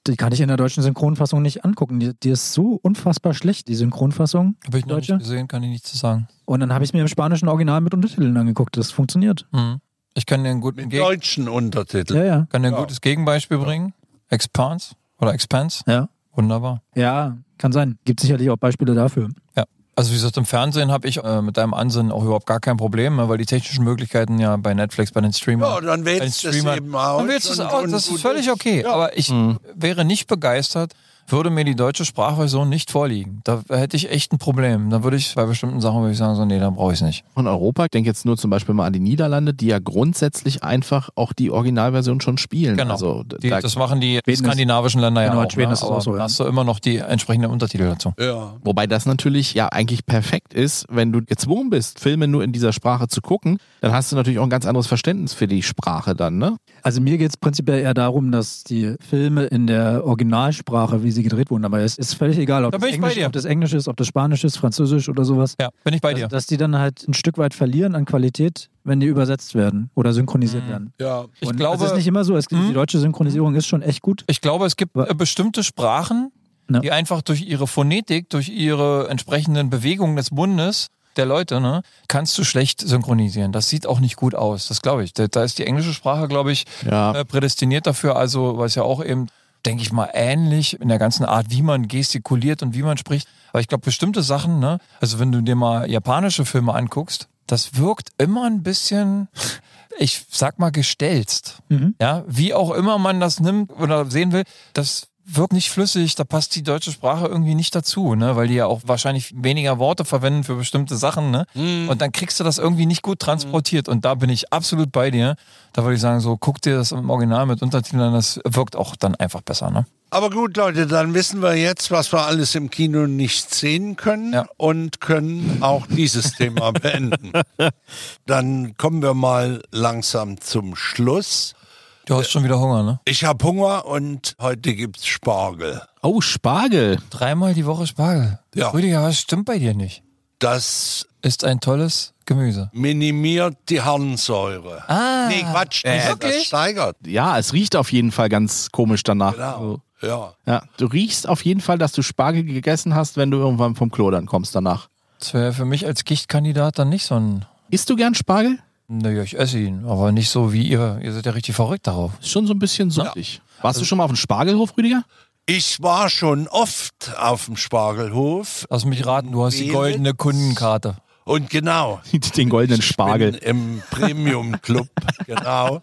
Speaker 4: Die kann ich in der deutschen Synchronfassung nicht angucken. Die, die ist so unfassbar schlecht, die Synchronfassung.
Speaker 2: habe ich noch
Speaker 4: Deutsche.
Speaker 2: nicht gesehen, kann ich nichts zu sagen.
Speaker 4: Und dann habe ich es mir im spanischen Original mit Untertiteln angeguckt. Das funktioniert.
Speaker 2: Hm. Ich kann dir ein, guten
Speaker 3: Mit
Speaker 2: Geg
Speaker 3: deutschen Untertiteln.
Speaker 4: Ja, ja.
Speaker 2: kann dir ein
Speaker 3: Ja.
Speaker 2: gutes Gegenbeispiel bringen. Expanse oder Expanse.
Speaker 4: Ja,
Speaker 2: Wunderbar.
Speaker 4: ja kann sein. Gibt sicherlich auch Beispiele dafür.
Speaker 2: Ja. Also wie gesagt, im Fernsehen habe ich äh, mit deinem Ansinnen auch überhaupt gar kein Problem, ne, weil die technischen Möglichkeiten ja bei Netflix, bei den Streamern.
Speaker 3: Ja, dann wählst du es eben aus
Speaker 2: Dann wählst du es
Speaker 3: und-
Speaker 2: aus.
Speaker 3: und
Speaker 2: Das
Speaker 3: gut
Speaker 2: ist völlig
Speaker 3: ist.
Speaker 2: okay. Aber ich
Speaker 4: Mhm.
Speaker 2: wäre nicht begeistert, würde mir die deutsche Sprachversion nicht vorliegen. Da hätte ich echt ein Problem. Da würde ich bei bestimmten Sachen würde ich sagen, so, nee, da brauche ich es nicht.
Speaker 1: Von Europa, ich denke jetzt nur zum Beispiel mal an die Niederlande, die ja grundsätzlich einfach auch die Originalversion schon spielen.
Speaker 2: Genau.
Speaker 1: Also,
Speaker 2: Die,
Speaker 1: da,
Speaker 2: das machen die
Speaker 4: Schweden ist-
Speaker 2: skandinavischen Länder
Speaker 4: Genau,
Speaker 2: ja auch.
Speaker 4: Schweden
Speaker 2: ne?
Speaker 4: ist es
Speaker 2: Aber
Speaker 4: auch so, ja.
Speaker 2: da hast du immer noch die entsprechenden Untertitel dazu.
Speaker 3: Ja.
Speaker 1: Wobei das natürlich ja eigentlich perfekt ist, wenn du gezwungen bist, Filme nur in dieser Sprache zu gucken, dann hast du natürlich auch ein ganz anderes Verständnis für die Sprache dann, ne?
Speaker 4: Also mir geht es prinzipiell eher darum, dass die Filme in der Originalsprache, wie sie gedreht wurden, aber es ist völlig egal, ob,
Speaker 2: Da
Speaker 4: das
Speaker 2: bin ich bei
Speaker 4: Englisch,
Speaker 2: dir.
Speaker 4: ob das Englisch ist, ob das Spanisch ist, Französisch oder sowas.
Speaker 2: Ja, bin ich bei dir.
Speaker 4: Also, dass die dann halt ein Stück weit verlieren an Qualität, wenn die übersetzt werden oder
Speaker 2: Hm.
Speaker 4: synchronisiert werden.
Speaker 3: Ja.
Speaker 2: Ich
Speaker 4: Und
Speaker 2: glaube-
Speaker 4: es ist nicht immer so. Es,
Speaker 1: Hm?
Speaker 4: Die deutsche Synchronisierung ist schon echt gut.
Speaker 2: Ich glaube, es gibt
Speaker 4: Wa-
Speaker 2: äh, bestimmte Sprachen,
Speaker 4: Ja.
Speaker 2: die einfach durch ihre Phonetik, durch ihre entsprechenden Bewegungen des Mundes der Leute, ne, kannst du schlecht synchronisieren. Das sieht auch nicht gut aus. Das glaube ich. Da, da ist die englische Sprache, glaube ich,
Speaker 1: Ja.
Speaker 2: äh, prädestiniert dafür. Also, was ja auch eben, denke ich mal, ähnlich in der ganzen Art, wie man gestikuliert und wie man spricht. Aber ich glaube, bestimmte Sachen, ne, also wenn du dir mal japanische Filme anguckst, das wirkt immer ein bisschen, ich sag mal, gestelzt. Ja, wie auch immer man das nimmt oder sehen will, das wirkt nicht flüssig, da passt die deutsche Sprache irgendwie nicht dazu, ne? weil die ja auch wahrscheinlich weniger Worte verwenden für bestimmte Sachen. Ne? Und dann kriegst du das irgendwie nicht gut transportiert. Und da bin ich absolut bei dir. Da würde ich sagen, so guck dir das im Original mit Untertiteln an, das wirkt auch dann einfach besser. Ne?
Speaker 3: Aber gut, Leute, dann wissen wir jetzt, was wir alles im Kino nicht sehen können
Speaker 2: Ja.
Speaker 3: und können auch dieses Thema beenden. Dann kommen wir mal langsam zum Schluss.
Speaker 2: Du hast schon wieder Hunger, ne?
Speaker 3: Ich habe Hunger und heute gibt's Spargel.
Speaker 1: Oh, Spargel.
Speaker 2: Dreimal die Woche Spargel.
Speaker 3: Ja.
Speaker 2: Rüdiger, was stimmt bei dir nicht?
Speaker 3: Das
Speaker 2: Ist ein tolles Gemüse.
Speaker 3: minimiert die Harnsäure.
Speaker 2: Ah.
Speaker 3: nee, Quatsch,
Speaker 2: Äh,
Speaker 3: nicht. das
Speaker 2: wirklich?
Speaker 3: steigert.
Speaker 1: Ja, es riecht auf jeden Fall ganz komisch danach.
Speaker 3: Genau.
Speaker 1: Also,
Speaker 3: Ja.
Speaker 1: ja, du riechst auf jeden Fall, dass du Spargel gegessen hast, wenn du irgendwann vom Klo dann kommst danach.
Speaker 2: Das wäre für mich als Gichtkandidat dann nicht so ein
Speaker 1: Isst du gern Spargel?
Speaker 2: Naja, ich esse ihn, aber nicht so wie ihr. Ihr seid ja richtig verrückt darauf.
Speaker 1: Ist schon so ein bisschen saftig.
Speaker 2: Also
Speaker 1: Warst du schon mal auf dem Spargelhof, Rüdiger?
Speaker 3: Ich war schon oft auf dem Spargelhof
Speaker 2: Lass mich raten, du hast die goldene Kundenkarte.
Speaker 3: und genau,
Speaker 1: Den goldenen Spargel.
Speaker 3: bin im Premium Club, genau.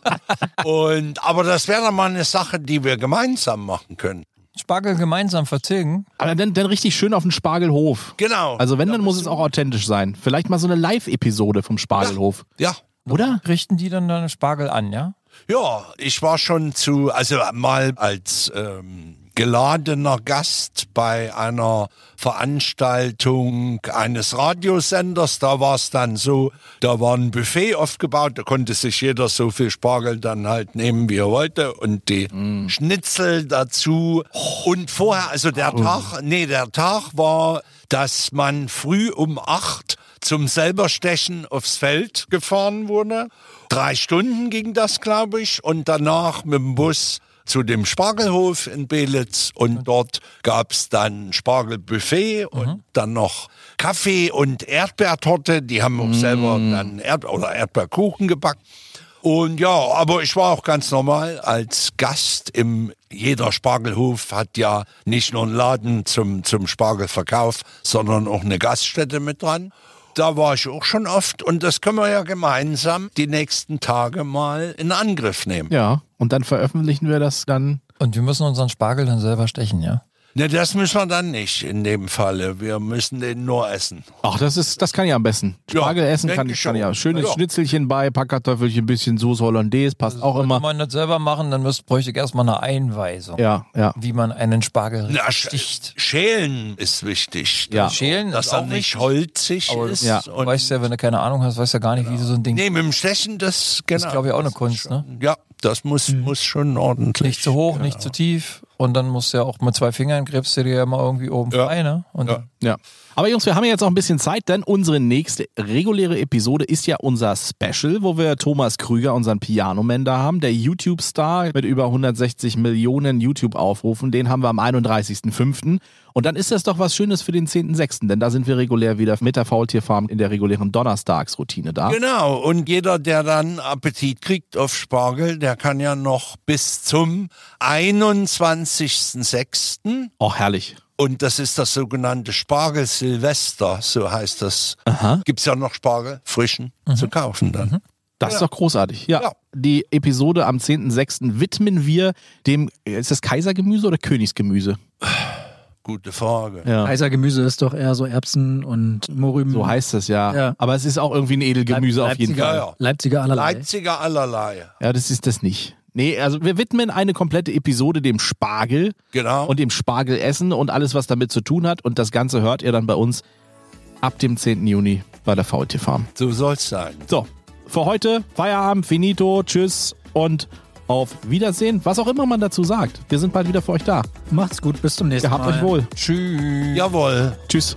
Speaker 3: Und aber das wäre dann mal eine Sache, die wir gemeinsam machen können.
Speaker 2: Spargel gemeinsam vertilgen.
Speaker 1: Aber dann, dann richtig schön auf dem Spargelhof.
Speaker 3: Genau.
Speaker 1: Also wenn, dann muss es auch authentisch sein. Vielleicht mal so eine Live-Episode vom Spargelhof.
Speaker 3: ja.
Speaker 1: Oder?
Speaker 2: Richten die dann deine Spargel an, ja?
Speaker 3: Ja, ich war schon zu, also mal als ähm, geladener Gast bei einer Veranstaltung eines Radiosenders. Da war es dann so, da war ein Buffet aufgebaut, da konnte sich jeder so viel Spargel dann halt nehmen, wie er wollte. Und die Schnitzel dazu. Und vorher, also der Tag, nee, der Tag war, dass man früh um acht zum Selberstechen aufs Feld gefahren wurde. Drei Stunden ging das, glaube ich, und danach mit dem Bus zu dem Spargelhof in Belitz und dort gab es dann Spargelbuffet und dann noch Kaffee und Erdbeertorte. Die haben auch selber dann Erd oder Erdbeerkuchen gebacken. Und ja, aber ich war auch ganz normal als Gast im jeder Spargelhof hat ja nicht nur einen Laden zum zum Spargelverkauf, sondern auch eine Gaststätte mit dran. Da war ich auch schon oft und das können wir ja gemeinsam die nächsten Tage mal in Angriff nehmen.
Speaker 1: Ja. Und dann veröffentlichen wir das dann.
Speaker 2: Und wir müssen unseren Spargel dann selber stechen, ja?
Speaker 3: Ne, das müssen wir dann nicht in dem Falle. Wir müssen den nur essen.
Speaker 1: Ach, das ist, das kann ich am besten.
Speaker 3: Ja,
Speaker 1: Spargel essen
Speaker 3: denke
Speaker 1: kann
Speaker 3: ich
Speaker 1: ich, kann ich
Speaker 3: schon.
Speaker 1: ja. Schönes
Speaker 3: Ja.
Speaker 1: Schnitzelchen bei, paar Kartoffelchen, bisschen Soße Hollandaise, passt auch
Speaker 2: Wenn
Speaker 1: immer.
Speaker 2: man das selber machen, dann müsst, bräuchte ich erstmal eine Einweisung,
Speaker 1: Ja, ja.
Speaker 2: wie man einen Spargel
Speaker 3: Na, sch
Speaker 2: sticht.
Speaker 3: Schälen ist wichtig.
Speaker 1: Ja.
Speaker 2: Schälen
Speaker 3: Dass
Speaker 2: ist
Speaker 3: er
Speaker 2: auch
Speaker 3: nicht
Speaker 2: nicht.
Speaker 3: holzig
Speaker 2: Aber
Speaker 3: ist.
Speaker 1: ja.
Speaker 2: Du weißt ja, wenn du keine Ahnung hast, weißt ja gar nicht, wie du so ein Ding.
Speaker 3: Genau. nee, mit dem Stechen, das genau.
Speaker 2: das ist, glaube ich, auch eine Kunst, ne? Mhm.
Speaker 3: Ja, das muss, muss schon ordentlich.
Speaker 2: Nicht zu hoch,
Speaker 3: genau.
Speaker 2: nicht zu tief. Und dann musst du ja auch mit zwei Fingern gräbst du dir ja mal irgendwie oben
Speaker 3: Ja.
Speaker 2: frei, ne? Und
Speaker 3: Ja.
Speaker 1: Ja. Aber Jungs, wir haben ja jetzt auch ein bisschen Zeit, denn unsere nächste reguläre Episode ist ja unser Special, wo wir Thomas Krüger, unseren Pianoman da haben, der YouTube-Star mit über 160 Millionen YouTube-Aufrufen. Den haben wir am 31.05. Und dann ist das doch was Schönes für den 10.06., denn da sind wir regulär wieder mit der Faultierfarm in der regulären Donnerstagsroutine da.
Speaker 3: Genau, und jeder, der dann Appetit kriegt auf Spargel, der kann ja noch bis zum 21.06.
Speaker 1: Auch Oh, herrlich.
Speaker 3: Und das ist das sogenannte Spargel-Silvester, so heißt das. Gibt's ja noch Spargel, frischen,
Speaker 2: Mhm.
Speaker 3: zu kaufen dann.
Speaker 1: Das ist doch großartig. Ja.
Speaker 3: Ja.
Speaker 1: Die Episode am 10.06. widmen wir dem, ist das Kaisergemüse oder Königsgemüse?
Speaker 3: Gute Frage.
Speaker 1: Ja.
Speaker 4: Heißer Gemüse ist doch eher so Erbsen und Morüben.
Speaker 1: So heißt das ja.
Speaker 4: Mhm. Ja.
Speaker 1: Aber es ist auch irgendwie ein Edelgemüse auf jeden
Speaker 4: Leipziger,
Speaker 1: Fall.
Speaker 3: Fall.
Speaker 4: Leipziger allerlei.
Speaker 3: Leipziger allerlei.
Speaker 1: Ja, das ist das nicht. Nee, also wir widmen eine komplette Episode dem Spargel
Speaker 3: Genau.
Speaker 1: und dem Spargelessen und alles, was damit zu tun hat. Und das Ganze hört ihr dann bei uns ab dem 10. Juni bei der VT Farm.
Speaker 3: so soll's sein.
Speaker 1: So, für heute Feierabend, finito, tschüss und auf Wiedersehen. Was auch immer man dazu sagt. Wir sind bald wieder für euch da.
Speaker 4: Macht's gut, bis zum nächsten
Speaker 1: Ihr habt
Speaker 4: Mal.
Speaker 1: euch wohl.
Speaker 2: Tschüss.
Speaker 3: Jawohl.
Speaker 1: Tschüss.